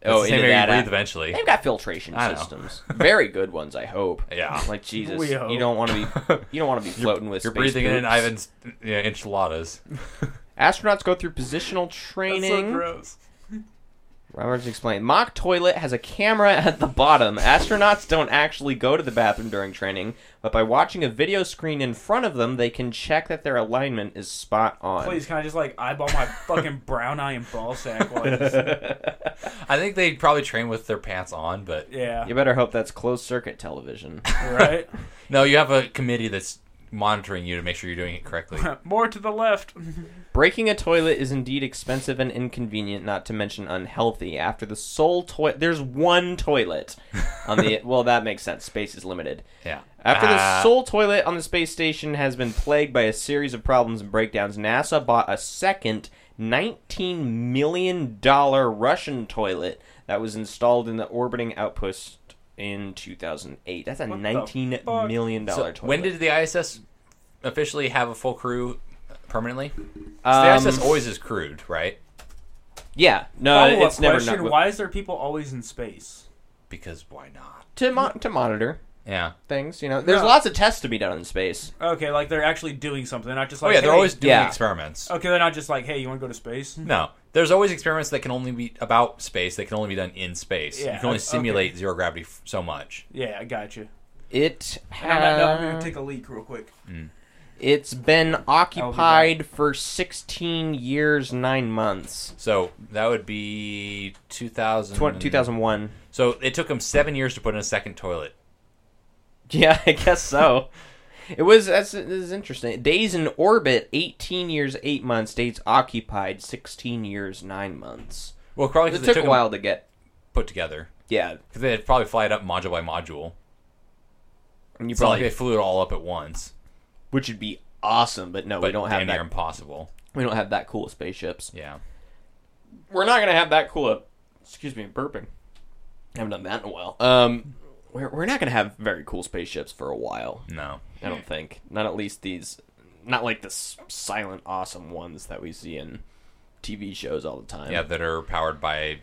It's oh, the same into air that you breathe app- eventually. They've got filtration I know. systems, very good ones, I hope. Yeah. Like Jesus, We hope. you don't want to be you don't want to be floating with. You're space breathing in poops. Ivan's yeah, enchiladas. Astronauts go through positional That's training. so gross. Roberts explained. Mock toilet has a camera at the bottom. Astronauts don't actually go to the bathroom during training, but by watching a video screen in front of them, they can check that their alignment is spot on. Please, can I just like eyeball my fucking brown eye and ball sack? While I just- I think they probably train with their pants on, but yeah, You better hope that's closed circuit television. right. no, you have a committee that's monitoring you to make sure you're doing it correctly. More to the left. Uh, Breaking a toilet is indeed expensive and inconvenient, not to mention unhealthy. After the sole toilet, there's one toilet on the. well, that makes sense. Space is limited. Yeah. After the Ah, sole toilet on the space station has been plagued by a series of problems and breakdowns, NASA bought a second $19 million Russian toilet that was installed in the orbiting outpost in 2008. That's a What the nineteen fuck? million so dollar toilet. when did the ISS officially have a full crew permanently? um, 'Cause the ISS always is crewed, right? Yeah, no, Follow up it's never question: not, Why is there people always in space? Because why not? to mon- to monitor Yeah. things. You know, there's No. lots of tests to be done in space. Okay, like they're actually doing something. They're not just Oh like yeah, they're hey- always Hmm. doing yeah. experiments. Okay, they're not just like, hey, you want to go to space? No. There's always experiments that can only be about space. They can only be done in space. Yeah, you can only okay. simulate zero gravity f- so much. Yeah, I got you. It And I'm, I'm Uh, ha- gonna take Oh, a leak real quick. it's been back. occupied for 16 years 9 months. So that would be 2000. Tw- 2001. So it took them seven years to put in a second toilet. Yeah, I guess so. it was that's this is interesting. Days in orbit, eighteen years, eight months. Days occupied, sixteen years, nine months. Well, probably It 'cause took a 'em while to get. put together Yeah, because they'd probably fly it up module by module. and you It's not like probably they flew it all up at once. which would be awesome, but no, But we don't damn have near that. impossible. We don't have that cool of spaceships. Yeah. We're not gonna have that cool. Of, excuse me, burping. I haven't done that in a while. Um, we're we're not gonna have very cool spaceships for a while. No. I don't think. Not at least these, not like the s- silent awesome ones that we see in TV shows all the time. Yeah, that are powered by,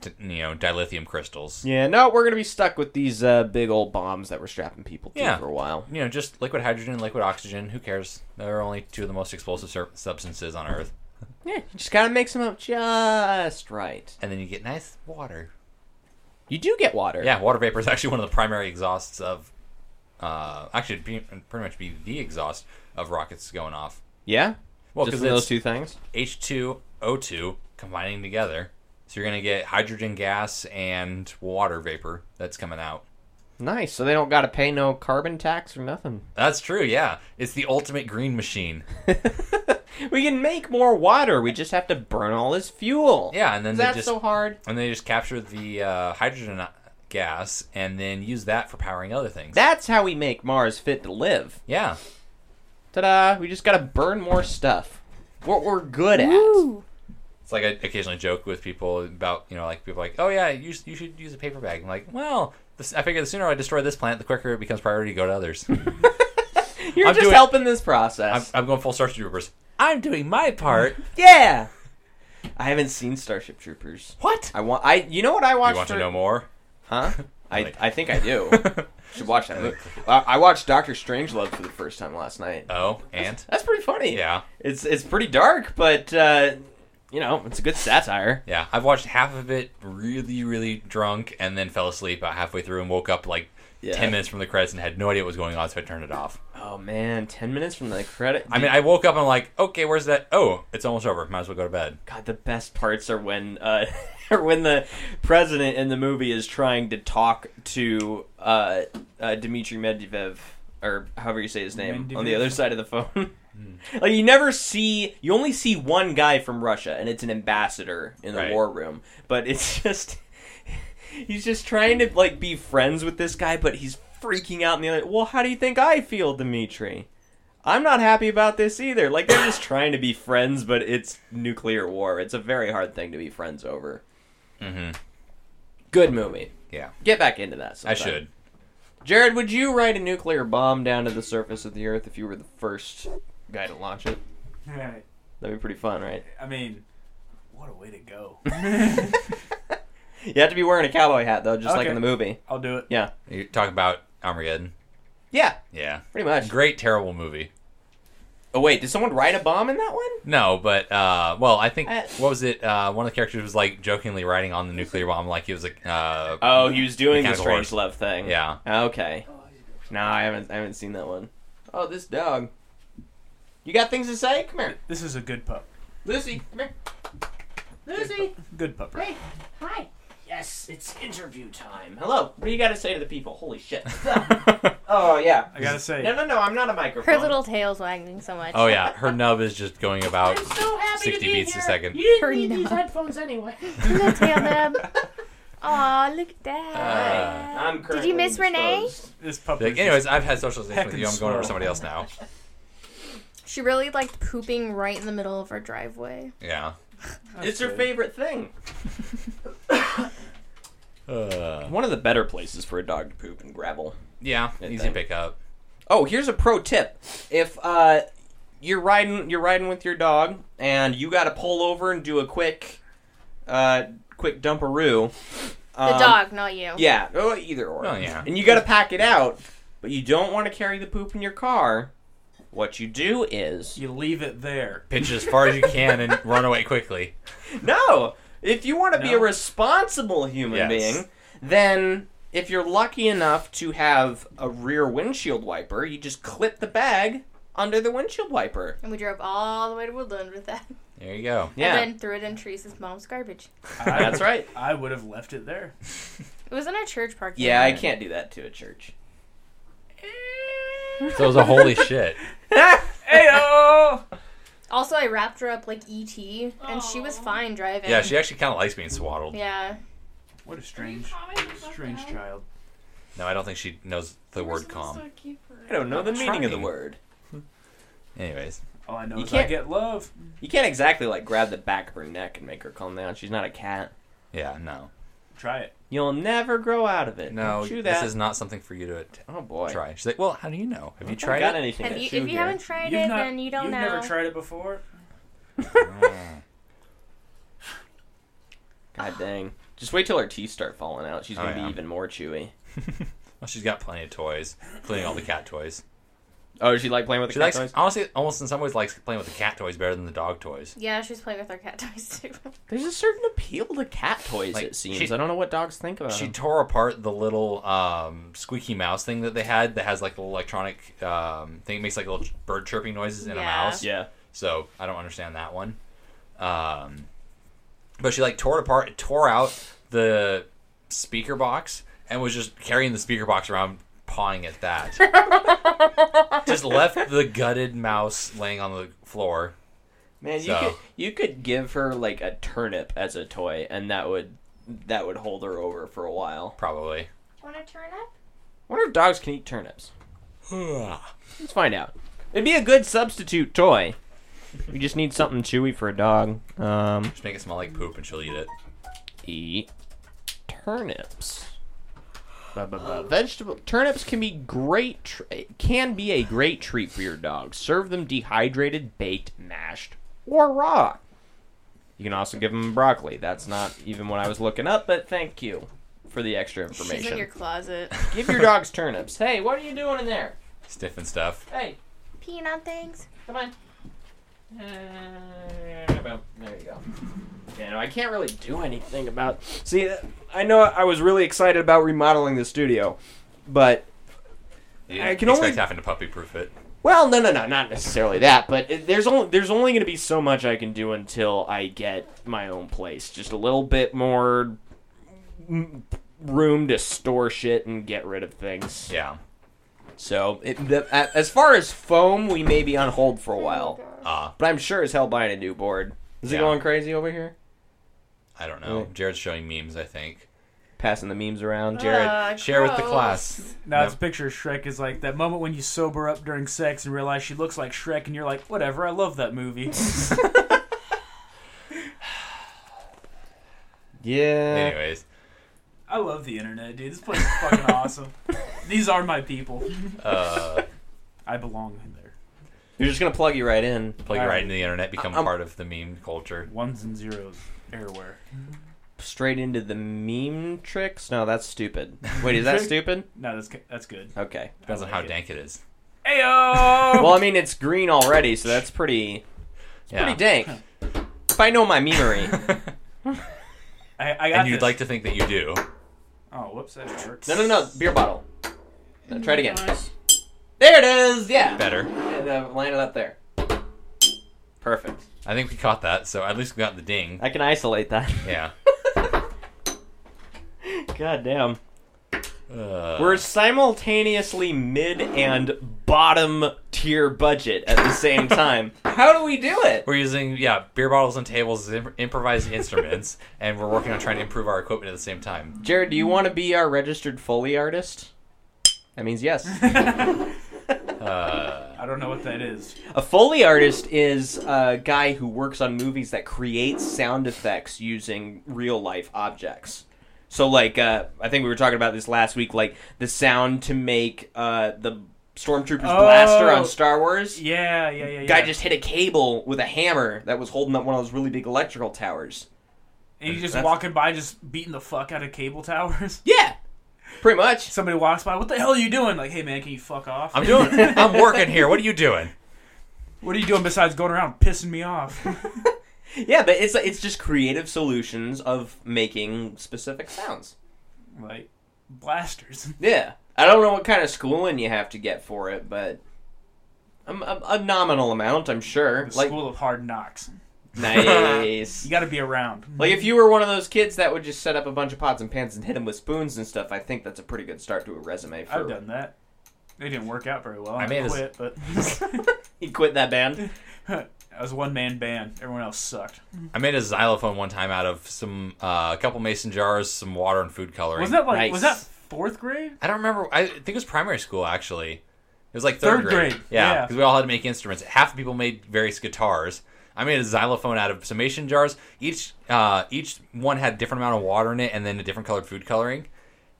t- you know, dilithium crystals. Yeah, no, we're gonna be stuck with these uh, big old bombs that we're strapping people to Yeah. for a while. You know, just liquid hydrogen, liquid oxygen. Who cares? They're only two of the most explosive sur- substances on Earth. Yeah, you just gotta mix them up just right. And then you get nice water. You do get water. Yeah, water vapor is actually one of the primary exhausts of, uh, actually, it'd be, pretty much be the exhaust of rockets going off. yeah. Well, just because those it's two things. H2O2 combining together. So you're going to get hydrogen gas and water vapor that's coming out. Nice. So they don't gotta pay no carbon tax or nothing. That's true, yeah. It's the ultimate green machine. We can make more water. We just have to burn all this fuel. Yeah, and then Is they that just so hard? and they just capture the uh, hydrogen uh, gas and then use that for powering other things. That's how we make Mars fit to live. yeah. Ta-da! We just gotta burn more stuff. What we're good at. Woo. It's like I occasionally joke with people about, you know, like people like, oh yeah, you, you should use a paper bag. I'm like, well, this, I figure the sooner I destroy this plant, the quicker it becomes priority to go to others. You're I'm just doing- helping this process. I'm, I'm going full Starship Troopers. I'm doing my part. Yeah. I haven't seen Starship Troopers. what? I want. I. You know what I watched? You want to for- know more? Huh? I. Like- I think I do. Should watch that movie. Uh, I watched Doctor Strangelove for the first time last night. Oh, and That's pretty funny. yeah, It's it's pretty dark, but uh, you know it's a good satire. yeah. I've watched half of it really, really drunk, and then fell asleep about halfway through, and woke up like Yeah. ten minutes from the credits and had no idea what was going on, so I turned it off. Oh man, ten minutes from the credit. I mean, I woke up and I'm like, okay, where's that? Oh, it's almost over. Might as well go to bed. God, the best parts are when uh, are when the president in the movie is trying to talk to uh, uh, Dmitry Medvedev or however you say his name on the Medvedev. other side of the phone. Hmm. like you never see, you only see one guy from Russia, and it's an ambassador in the Right. war room. But it's just he's just trying to like be friends with this guy, but he's freaking out. And the other, well, how do you think I feel, Dmitry? I'm not happy about this either. Like they're just trying to be friends, but it's nuclear war. It's a very hard thing to be friends over. Mhm. Good movie. Yeah, Get back into that. I Sometime. should. Jared, would you ride a nuclear bomb down to the surface of the Earth if you were the first guy to launch it? Alright. That'd be pretty fun, right? I mean, what a way to go. You have to be wearing a cowboy hat though, just like Okay. in the movie. I'll do it. Yeah. You talk about Armageddon. Yeah, Yeah, pretty much. great terrible movie. Oh wait, did someone ride a bomb in that one? No, but uh, well, I think Uh, what was it? Uh, one of the characters was like jokingly riding on the nuclear bomb, like he was like, uh, Oh, he was doing the Mechanical strange horse. love thing. yeah, Okay. No, I haven't. I haven't seen that one. Oh, this dog. You got things to say? Come here, This is a good pup. Lucy. Come here, Lucy. Good pup. Right? Hi. Yes, it's interview time. Hello. What do you got to say to the people? Holy shit. oh yeah. I gotta say, No, no, no. I'm not a microphone. Her little tail's wagging so much. oh yeah, her nub is just going about I'm so happy to 60 be beats here. a second. You didn't Her need these knob. headphones anyway. little tail nub. Aw, look at that. I'm Did you miss currently Renee? disposed. this pup. Like, is anyways, I've had socialization with Heckin' you. I'm going over to slow. somebody else now. She really liked pooping right in the middle of our driveway. Yeah. It's her favorite thing. Uh, One of the better places for a dog to poop and gravel. yeah, easy thing. pickup. Oh, here's a pro tip. If uh, you're riding, you're riding with your dog, and you got to pull over and do a quick, uh, quick dumperoo. The um, dog, not you. Yeah. Oh, either or. Oh, yeah. And you got to pack it out, but you don't want to carry the poop in your car. What you do is You leave it there. Pitch as far as you can and run away quickly. No. If you want to be No. a responsible human Yes. being, then if you're lucky enough to have a rear windshield wiper, you just clip the bag under the windshield wiper. And we drove all the way to Woodland with that. There you go. Yeah. And then threw it in Teresa's mom's garbage. I- That's right. I would have left it there. It was in our church parking Yeah, lot. I can't do that to a church. So it was a holy shit. Heyo! Also, I wrapped her up like E.T., and she was fine driving. Yeah, she actually kind of likes being swaddled. Yeah. What a strange, strange child. No, I don't think she knows the word calm. I don't know the meaning of the word. Anyways, All I know You is I can't- get love. You can't exactly like grab the back of her neck and make her calm down. She's not a cat. yeah, no, Try it. You'll never grow out of it. no, Don't chew this that. is not something for you to att- oh boy. try. She's like, well, how do you know? Have you Try tried got it? anything Have to you, if chew you here. haven't tried You've it, not- then you don't you've know. never tried it before. God dang. Just wait till her teeth start falling out. She's Oh, gonna yeah. be even more chewy. Well, she's got plenty of toys, including all the cat toys. Oh, she like playing with the She cat likes, toys? honestly, almost in some ways, likes playing with the cat toys better than the dog toys. Yeah, she was playing with our cat toys too. There's a certain appeal to cat toys. Like, it seems. she- I don't know what dogs think about. She She, tore apart the little um, squeaky mouse thing that they had that has like the electronic um, thing. It makes like little bird chirping noises in a Yeah. mouse. yeah. So I don't understand that one. Um, but she like tore it apart, tore out the speaker box, and was just carrying the speaker box around, pawing at that. just left the gutted mouse laying on the floor. Man, you So- could you could give her like a turnip as a toy, and that would that would hold her over for a while. Probably. Want to turn up? I wonder if dogs can eat turnips. Let's find out. It'd be a good substitute toy. You just need something chewy for a dog. Um, Just make it smell like poop, and she'll eat it. eat turnips. Ba, ba, ba. Vegetable turnips can be great. Tr- can be a great treat for your dog. Serve them dehydrated, baked, mashed, or raw. You can also give them broccoli. That's not even what I was looking up, but thank you for the extra She's in information. your closet. Give your dogs turnips. Hey, what are you doing in there? Stiff and stuff. Hey, Peeing on things. come on. Uh, boom. there you go. Yeah, no, I can't really do anything about. See, I know I was really excited about remodeling the studio, but You I I can can expect only- having to puppy proof it. well, no, no, no, not necessarily that. But it- there's only there's only going to be so much I can do until I get my own place. Just a little bit more mm, room to store shit and get rid of things. Yeah. So, it, the, a- as far as foam, we may be on hold for a while. Uh, But I'm sure as hell buying a new board. Is Yeah. it going crazy over here? I don't know. Mm. Jared's showing memes, I think. passing the memes around. Jared, Ugh, Share with the gross. class. Now No. it's a picture of Shrek is like that moment when you sober up during sex and realize she looks like Shrek, and you're like, whatever, I love that movie. yeah. Anyways, I love the internet, dude. This place is fucking awesome. These are my people. uh, I belong in there. You're just gonna plug you right in. plug you All right right. into the internet, become Um, part of the meme culture. Ones and zeros everywhere. Straight into the meme tricks? No, that's stupid. Wait, is that Trick? stupid? No, that's g- that's good. Okay. Depends on I how like it. dank it is. Ayo! Well, I mean, it's green already, so that's pretty, Yeah. pretty dank. If I know my memery. I, I got and you'd this. like to think that you do. Oh, whoops, that didn't work. No, no, no, beer bottle. No, try it again. There it is. Yeah. Better. And, uh, line it up there. Perfect. I think we caught that, so at least we got the ding. I can isolate that. Yeah. God damn. Uh, We're simultaneously mid and bottom tier budget at the same time. How do we do it? we're using yeah beer bottles and tables as imp- improvised instruments, and we're working on trying to improve our equipment at the same time. Jared, do you want to be our registered Foley artist? That means yes. Uh, I don't know what that is. a Foley artist is a guy who works on movies that creates sound effects using real life objects. So, like, uh, I think we were talking about this last week, like the sound to make uh, the stormtrooper's Oh. blaster on Star Wars. Yeah, yeah, yeah, yeah. Guy just hit a cable with a hammer that was holding up one of those really big electrical towers. and you just that's- walking by, just beating the fuck out of cable towers. Yeah, pretty much. Somebody walks by, what the hell are you doing? Like, hey man, can you fuck off? I'm doing. I'm working here. What are you doing? what are you doing besides going around pissing me off? Yeah, but it's it's just creative solutions of making specific sounds. like, blasters. Yeah, I don't know what kind of schooling you have to get for it, but a, a, a nominal amount, I'm sure. The Like school of hard knocks. You nice. got to be around. Like if you were one of those kids that would just set up a bunch of pots and pans and hit them with spoons and stuff, I think that's a pretty good start to a resume. For I've done that. It didn't work out very well. I I, made a- quit, but He quit that band. I was a one man band. Everyone else sucked. I made a xylophone one time out of some uh, a couple mason jars, some water, and food coloring. Was that like? Nice. Was that fourth grade? I don't remember. I think it was primary school actually. It was like third, Third grade. grade, Yeah, yeah. because we all had to make instruments. Half the people made various guitars. I made a xylophone out of summation jars. Each uh, each one had a different amount of water in it, and then a different colored food coloring,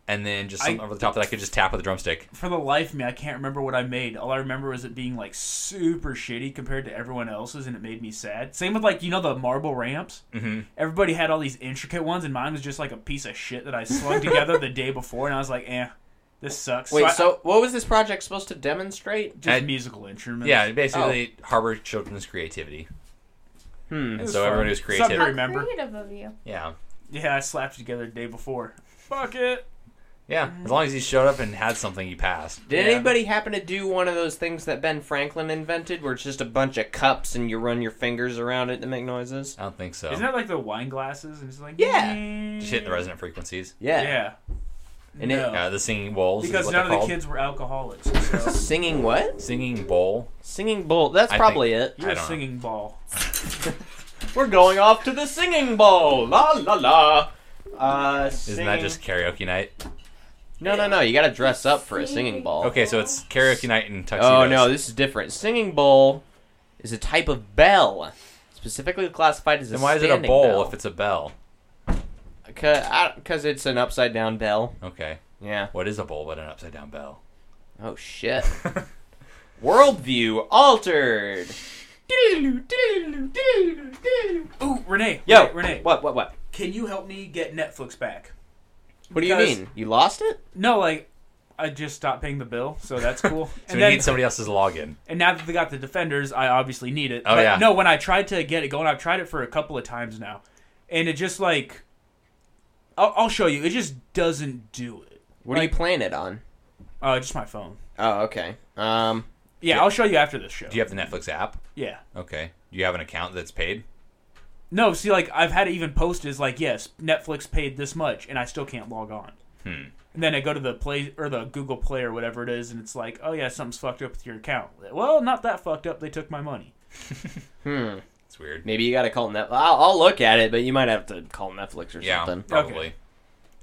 and then just something I- over the top that I could just tap with a drumstick. For the life of me, I can't remember what I made. All I remember was it being like super shitty compared to everyone else's, and it made me sad. Same with like you know the marble ramps. Mm-hmm. Everybody had all these intricate ones, and mine was just like a piece of shit that I slung together the day before, and I was like, eh, this sucks. Wait, I- so what was this project supposed to demonstrate? just I- musical instruments. Yeah, it basically harbor children's creativity. Hmm. And Oh. was so everybody fun. was Something creative. to remember. Creative of you. Yeah, Yeah, I slapped it together the day before. Fuck it. yeah. As long as you showed up and had something, you passed. Did Yeah. anybody happen to do one of those things that Ben Franklin invented where it's just a bunch of cups and you run your fingers around it to make noises? I don't think so. Isn't that like the wine glasses? And it's like Yeah. Oh. just hitting the resonant frequencies. Yeah. Yeah, And it- no. Uh, the singing bowls. is because what none of they're the called. kids were alcoholics. So Singing what? Singing bowl. Singing bowl. That's I probably you're I a don't know. singing ball. it. We're going off to the singing bowl. La la la. Uh, Isn't singing... that just karaoke night? No, no, no. You gotta dress up for a singing Oh. bowl. Okay, so it's karaoke night in tuxedos. Oh no, this is different. Singing bowl is a type of bell, specifically classified as a then why is it a standing bowl bell. if it's a bell? because it's an upside down bell. Okay, Yeah. what is a bowl but an upside down bell? Oh shit. Worldview altered. Ooh, Renee. Yo, Renee, Renee, What? What? What? can you help me get Netflix back? What do you Because- mean? You lost it? No, like I just stopped paying the bill, so that's cool. So and we then, need somebody else's login. and now that they got the defenders, I obviously need it. Oh, But yeah. No, when I tried to get it going, I've tried it for a couple of times now, and it just like, I'll, I'll show you. It just doesn't do it. What are you playing it on? Uh, just my phone. Oh, okay. Um, Yeah, I'll show you after this show. Do you have the Netflix app? Yeah. Okay. Do you have an account that's paid? No, see, like I've had it even posted as like, yes, Netflix paid this much, and I still can't log on. Hmm. And then I go to the play or the Google Play or whatever it is, and it's like, oh yeah, something's fucked up with your account. Well, not that fucked up. They took my money. It's weird. maybe you gotta call Netflix. I'll, I'll look at it, but you might have to call Netflix or Yeah, something. probably.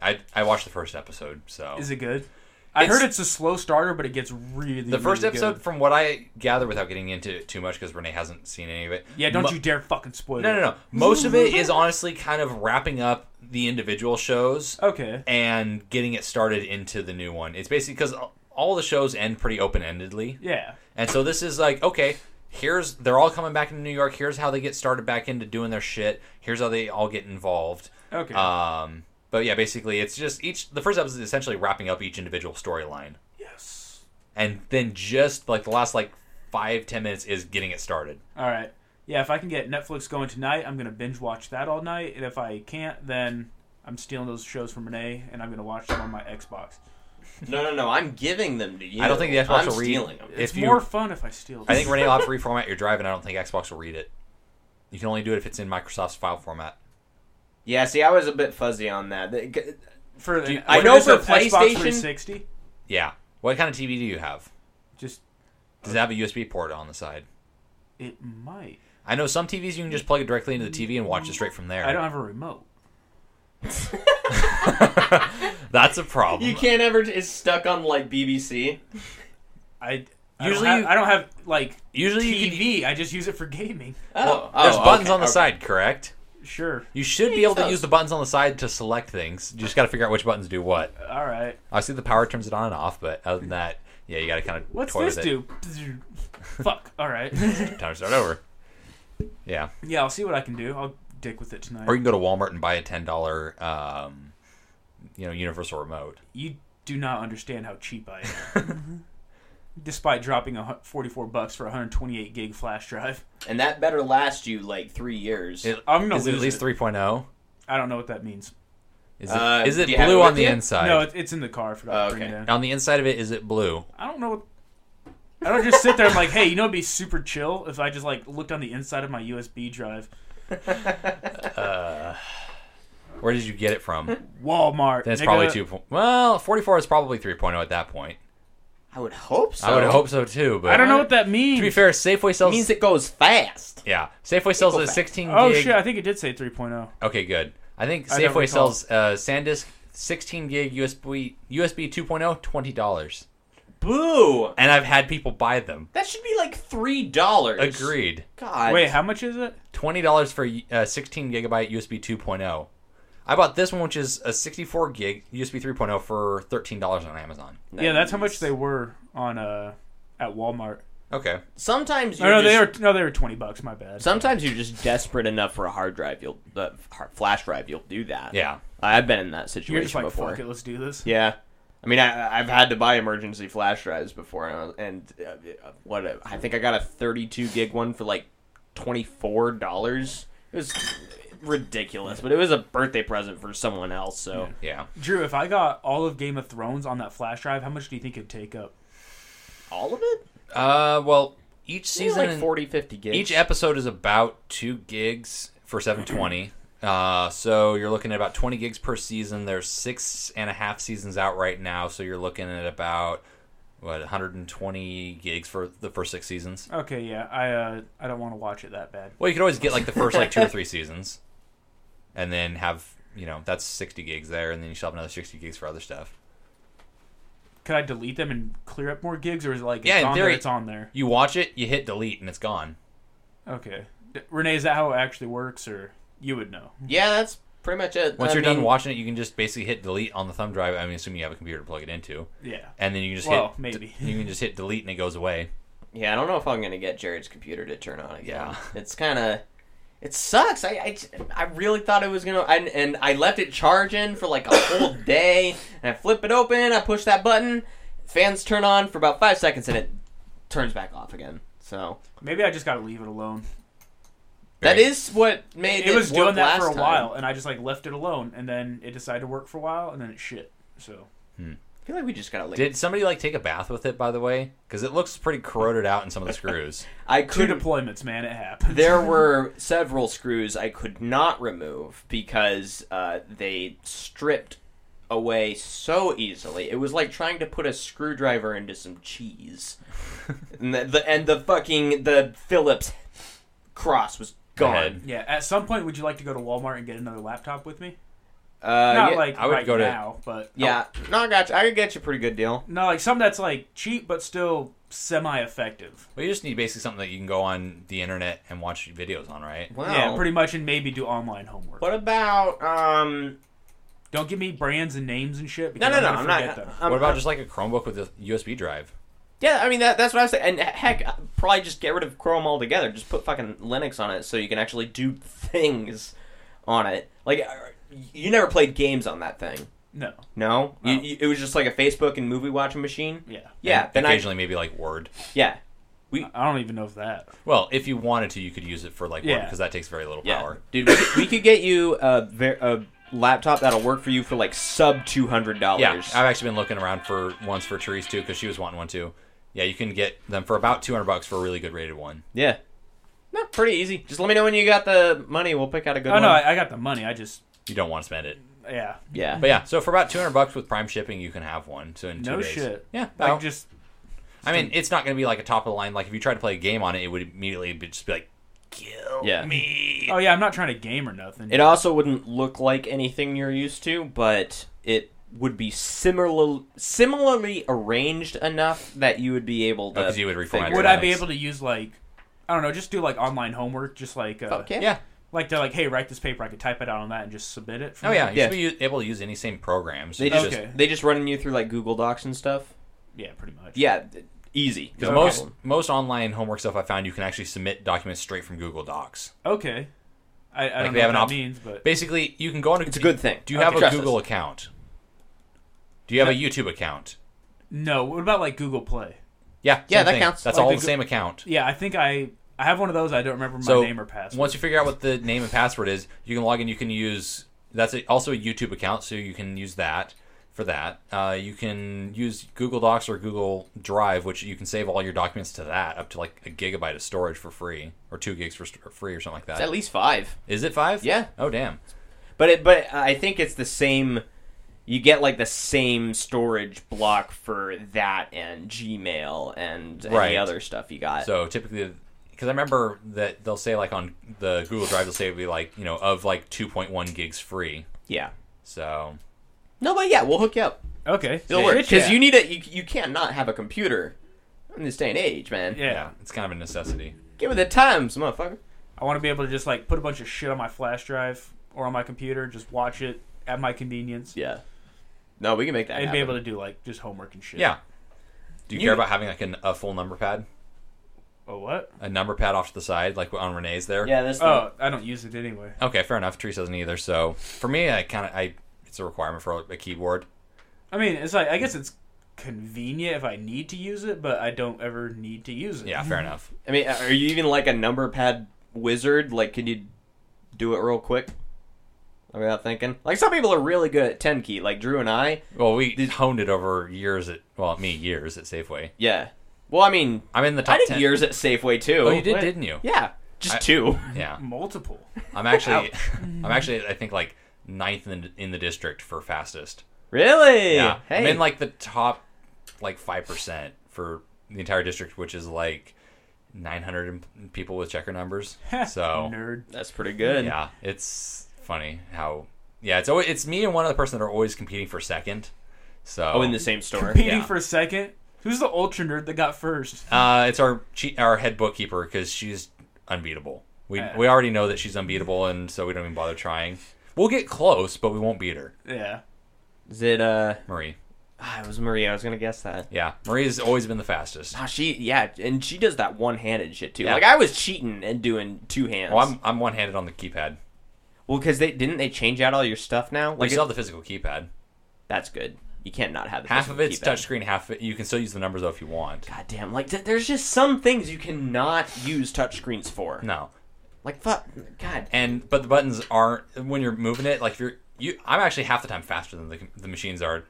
I I watched the first episode, so Is it good? I It's- heard it's a slow starter, but it gets really the first really episode, good. from what I gather, without getting into it too much, because Renee hasn't seen any of it. Yeah, don't mo- you dare fucking spoil No, no, it. no. Most of it is honestly kind of wrapping up the individual shows. Okay. and getting it started into the new one. It's basically because all the shows end pretty open endedly, Yeah. and so this is like okay. Here's they're all coming back into New York. Here's how they get started back into doing their shit. Here's how they all get involved. Okay. Um, but yeah, basically it's just each the first episode is essentially wrapping up each individual storyline, yes. and then just like the last like five ten minutes is getting it started. All right. Yeah, if I can get Netflix going tonight, I'm gonna binge watch that all night. And if I can't, then I'm stealing those shows from Renee, and I'm gonna watch them on my Xbox. No, no, no. I'm giving them to you. I don't think the Xbox I'm will read. stealing them. It's If you, more fun if I steal. I think Renee will have to reformat your drive, and I don't think Xbox will read it. You can only do it if it's in Microsoft's file format. Yeah, see, I was a bit fuzzy on that. The- for Do you- I what know is for it, Xbox PlayStation- 360. Yeah. What kind of TV do you have? Just Does it have a USB port on the side? it might. I know some TVs you can just plug it directly into the TV and watch it straight from there. I don't have a remote. That's a problem. You can't ever. It's stuck on like BBC. I Usually usually I don't you- have, I don't have like Usually you can. TV. I just use it for gaming. Well, there's Oh, buttons Oh, okay, on the okay. side, correct? Sure. You should be use able to those. use the buttons on the side to select things. You just got to figure out which buttons do what. All right. I see the power turns it on and off, but other than that, yeah, you got to kind of What's toy this with do? Fuck. All right. it. Time to start over. Yeah, yeah, I'll see what I can do. I'll dick with it tonight. or you can go to Walmart and buy a ten dollar, um, you know, universal remote. you do not understand how cheap I am. Despite dropping a hun- 44 bucks for a 128 gig flash drive. and that better last you like three years. It- I'm gonna is it at lose least it. 3.0? I don't know what that means. Is it, Uh, is it do you have blue it on with the you? inside? No, it, it's in the car. For Oh, that. okay. on the inside of it, is it blue? I don't know. What, I don't just sit there and like, hey, you know, it'd be super chill if I just like looked on the inside of my USB drive. Where did you get it from? Walmart. That's nigga. probably two. po- Well, forty-four is probably three at that point. I would hope so. I would hope so too. But I don't know what that means. To be fair, Safeway sells. It means it goes fast. yeah, Safeway sells Go a back. sixteen. Oh gig, shit! I think it did say oh. 3.0. Okay, good. I think I don't recall. Safeway sells uh, SanDisk sixteen gig USB USB 2.0, 20 oh, dollars. Boo! And I've had people buy them. That should be like three dollars. Agreed. God. Wait, how much is it? Twenty dollars for uh, sixteen gigabyte USB 2.0. oh. I bought this one, which is a 64 gig USB 3.0 for $13 on Amazon. Yeah, that's how Nice. much they were on uh at Walmart. Okay. Sometimes Oh, you're no, just, they were no, they were 20 bucks. My bad. Sometimes you're just desperate enough for a hard drive. You'll uh, hard- flash drive. You'll do that. Yeah. I've been in that You're situation just like, before. fuck it, let's do this. Yeah. I mean, I, I've had to buy emergency flash drives before, and, I was- and uh, what I think I got a 32 gig one for like twenty four dollars. It was ridiculous, but it was a birthday present for someone else. So Yeah. Drew, if I got all of Game of Thrones on that flash drive, how much do you think it'd take up? all of it, Uh, well, each Maybe season, like 40, 50 gigs. each e- episode is about two gigs for 720. Uh, so you're looking at about 20 gigs per season. There's six and a half seasons out right now, so you're looking at about what 120 gigs for the first six seasons. Okay, yeah, I uh, I don't want to watch it that bad. Well, you could always get like the first like two or three seasons, and then have you know that's 60 gigs there, and then you still have another 60 gigs for other stuff. Could I delete them and clear up more gigs, or is it like Yeah, it's in on theory- there? It's on there. You watch it, you hit delete, and it's gone. Okay, D- Renee, is that how it actually works, or you would know? yeah, that's pretty much it. Once I you're done mean, watching it, you can just basically hit delete on the thumb drive. I mean, assuming you have a computer to plug it into. Yeah. and then you can just Well, hit maybe. you can just hit delete and it goes away. Yeah, I don't know if I'm gonna get Jared's computer to turn on again. Yeah. it's kind of. It sucks. I, I, j- I really thought it was gonna, I, and I left it charging for like a whole day. And I flip it open, I push that button, fans turn on for about five seconds, and it turns back off again. So Maybe I just gotta leave it alone. that Very- is what made it, It was work doing that last for a time. while, and I just like left it alone, and then it decided to work for a while, and then it shit. So I feel like we just gotta. Like, Did somebody like take a bath with it by the way? Because it looks pretty corroded out in some of the screws. I two could deployments, man, it happened. there were several screws I could not remove because uh, they stripped away so easily. It was like trying to put a screwdriver into some cheese, and the, the and the fucking the Phillips cross was The gone. head. Yeah, at some point, would you like to go to Walmart and get another laptop with me? Uh, Not yeah, like oh. I would right go to- now, but yeah. No, I got you. I could get you a pretty good deal. no, like some that's like cheap but still semi-effective. Well, you just need basically something that you can go on the internet and watch videos on, right? Wow. Yeah, pretty much, and maybe do online homework. What about um? Don't give me brands and names and shit. No, Because no, no. I'm, I'm gonna not. uh forget Them. I'm- what about just like a Chromebook with a USB drive? Yeah, I mean that, that's what I was saying. And heck, probably just get rid of Chrome altogether. Just put fucking Linux on it so you can actually do things on it. Like uh, you never played games on that thing, No, no? You, No. you, it was just like a Facebook and movie watching machine. yeah, Yeah, And then I occasionally maybe like Word. yeah I don't even know if that. Well, if you wanted to, you could use it for like Word Yeah. because that takes very little yeah. power. Dude, we could, we could get you a, ver- a laptop that'll work for you for like sub two hundred Yeah, dollars. I've actually been looking around for ones for Therese too because she was wanting one too. Yeah, you can get them for about two hundred bucks for a really good rated one. yeah. No, pretty easy. Just let me know when you got the money. We'll pick out a good Oh one. no, I, I got the money. I just You don't want to spend it, yeah, yeah. but yeah. So for about two hundred bucks with Prime shipping, you can have one. So in two no days, shit. yeah. like about- just I mean, it's not going to be like a top of the line. Like if you tried to play a game on it, it would immediately be, just be like kill Yeah. me. oh yeah, I'm not trying to game or nothing. It also wouldn't look like anything you're used to, but it would be similar, similarly arranged enough that you would be able to. Oh, 'cause you would reformat figure Would it I be Linux. able to use like I don't know, just do like online homework, just like uh, out. Okay. Yeah. like they're like, hey, write this paper. I could type it out on that and just submit it. Oh yeah, you Yeah. should be u- able to use any same programs. They It's just Okay. they just running you through like Google Docs and stuff. yeah, pretty much. Yeah, th- easy. Because No most problem. most online homework stuff I found, you can actually submit documents straight from Google Docs. Okay. I, I Like don't they know have what an that op- means, but Basically, you can go on. It's a good thing. Do you Okay. have a Trust Google us. account? Do you have a YouTube account? no. What about like Google Play? Yeah, Yeah, same that thing. counts. That's Like all the the Goo- same account. Yeah, I think I I have one of those. I don't remember my so name or password. once you figure out what the name and password is, you can log in. You can use that's a, also a YouTube account, so you can use that for that. Uh, you can use Google Docs or Google Drive, which you can save all your documents to that, up to like a gigabyte of storage for free, or two gigs for st- free, or something like It's at that. least five. Is it five? Yeah. Oh damn. But it, but I think it's the same. You get like the same storage block for that and Gmail and Right. any other stuff you got. So typically, because I remember that they'll say like on the Google Drive, they'll say it'd be like you know of like 2.1 gigs free. yeah. So No, but yeah, we'll hook you up. okay, It'll work Shit, because yeah. you need a you, you can't not have a computer in this day and age, man. Yeah. yeah, it's kind of a necessity. Give it the times, motherfucker. I want to be able to just like put a bunch of shit on my flash drive or on my computer, just watch it at my convenience, Yeah. No, we can make that. and happen. be able to do like just homework and shit. Yeah. Do you, You- care about having like an, a full number pad, Oh what? a number pad off to the side, like on Renee's there? Yeah, that's. Oh, I don't use it anyway. Okay, fair enough. Teresa doesn't either. So for me, I kind of I it's a requirement for a keyboard. I mean, it's like I guess it's convenient if I need to use it, but I don't ever need to use it. Yeah, Mm-hmm. fair enough. I mean, uh, are you even like a number pad wizard? Like, can you do it real quick? Without thinking, like some people are really good at ten key, like Drew and I. Well, we honed it over years at well, me years at Safeway. Yeah. Well, I mean, I'm in the top I did ten. years at Safeway too. Oh, you did, Wait. didn't you? Yeah, just I- two. Yeah. Multiple. I'm actually, I'm actually, I think like ninth in, in the district for fastest. Really? Yeah, Hey. I'm in like the top like five percent for the entire district, which is like 900 em- people with checker numbers. So nerd. that's pretty good. yeah, it's funny how yeah, it's always it's me and one other person that are always competing for second. So Oh, in the same store. Petey Yeah. for a second. Who's the ultra nerd that got first? uh, it's our che- our head bookkeeper because she's unbeatable. We we already know that she's unbeatable, and so we don't even bother trying. We'll get close, but we won't beat her, Yeah. Is it? Uh, Marie. ah, it was Maria. I was gonna guess that. Yeah, Marie's always been the fastest. Ah, she yeah, and she does that one handed shit too. Yeah. Like I was cheating and doing two hands. Well, Oh, I'm I'm one handed on the keypad. because they didn't they change out all your stuff now. We Like still it- have the physical keypad. that's good. You can't not have the Half of physical it's keypad. touchscreen. Half of it, you can still use the numbers though if you want. God damn! Like th- there's just some things you cannot use touchscreens for. No, Like fuck, God. and but the buttons aren't when you're moving it. Like if you're you, I'm actually half the time faster than the, the machines are.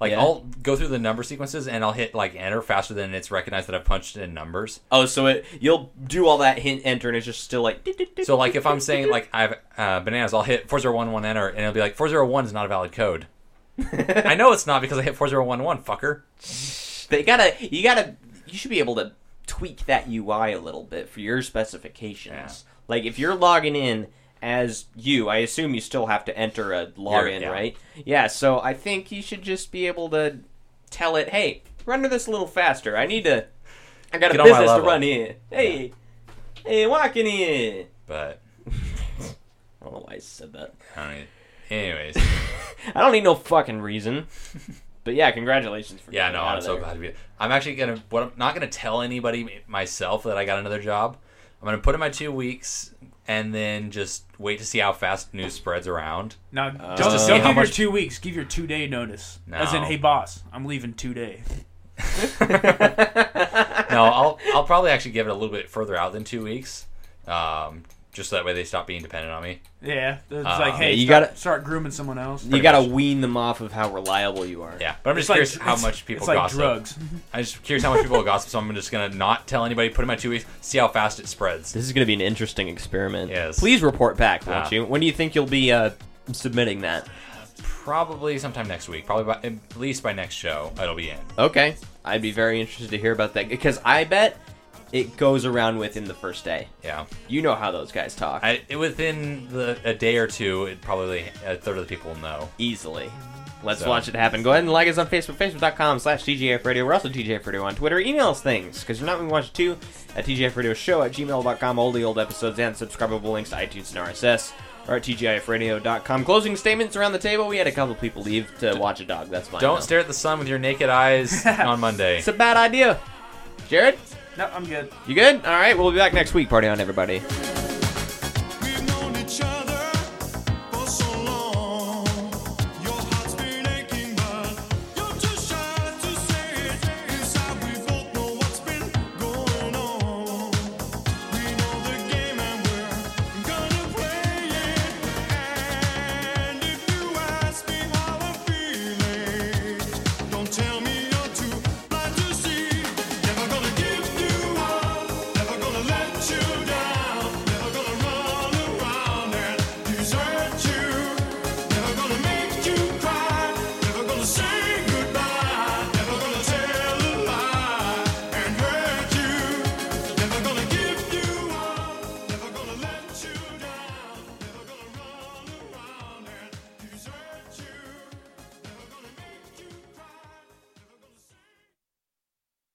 Like Yeah. I'll go through the number sequences and I'll hit like enter faster than it's recognized that I've punched in numbers. Oh, so it you'll do all that hint enter and it's just still like. So like if I'm saying like I've uh, bananas, I'll hit four zero one one enter and it'll be like four zero one is not a valid code. I know it's not because I hit four zero one one fucker. They gotta you gotta you should be able to tweak that UI a little bit for your specifications. Like if you're logging in as you. I assume you still have to enter a login, yeah. right? Yeah, so I think you should just be able to tell it, hey, render this a little faster. I need to. I got a Get on my business to level." run here. Hey, hey, walking in. But I don't know why I said that. I don't need- anyways, I don't need no fucking reason. But yeah, congratulations for yeah, getting no, out I'm of so there. glad to be. I'm actually gonna. What I'm not gonna tell anybody myself that I got another job. I'm gonna put in my two weeks and then just wait to see how fast news spreads around. Now, to don't, see don't how give your much- two weeks. Give your two day notice. As in, No. hey boss, I'm leaving today. No, I'll I'll probably actually give it a little bit further out than two weeks, um, just so that way they stop being dependent on me. Yeah, it's like hey, you you start, gotta- gotta start grooming someone else. You gotta wean them off of how reliable you are. Yeah, but I'm just It's like- curious how it's- much people it's like gossip. drugs. I'm just curious how much people gossip. So I'm just gonna not tell anybody. Put in my two weeks. See how fast it spreads. This is going to be an interesting experiment. Yes. Please report back, won't Ah. you? When do you think you'll be uh, submitting that? Probably sometime next week. Probably by, at least by next show, it'll be in. Okay. I'd be very interested to hear about that because I bet it goes around within the first day. Yeah, You know how those guys talk I, it- within the, a day or two, it probably a third of the people will know. easily. Let's So- watch it happen. Go ahead and like us on Facebook, facebook.com slash TGF Radio. We're also TGF Radio on Twitter. Email us things because you're not going to watch it too at TGF Radio Show at gmail.com. All the old episodes and subscribable links to iTunes and RSS or at TGIFradio.com. Closing statements around the table. We had a couple people leave to watch a dog. That's fine. Don't though. stare at the sun with your naked eyes on Monday. It's a bad idea. Jared, No, I'm good. you good? All right, we'll be back next week. Party on, everybody.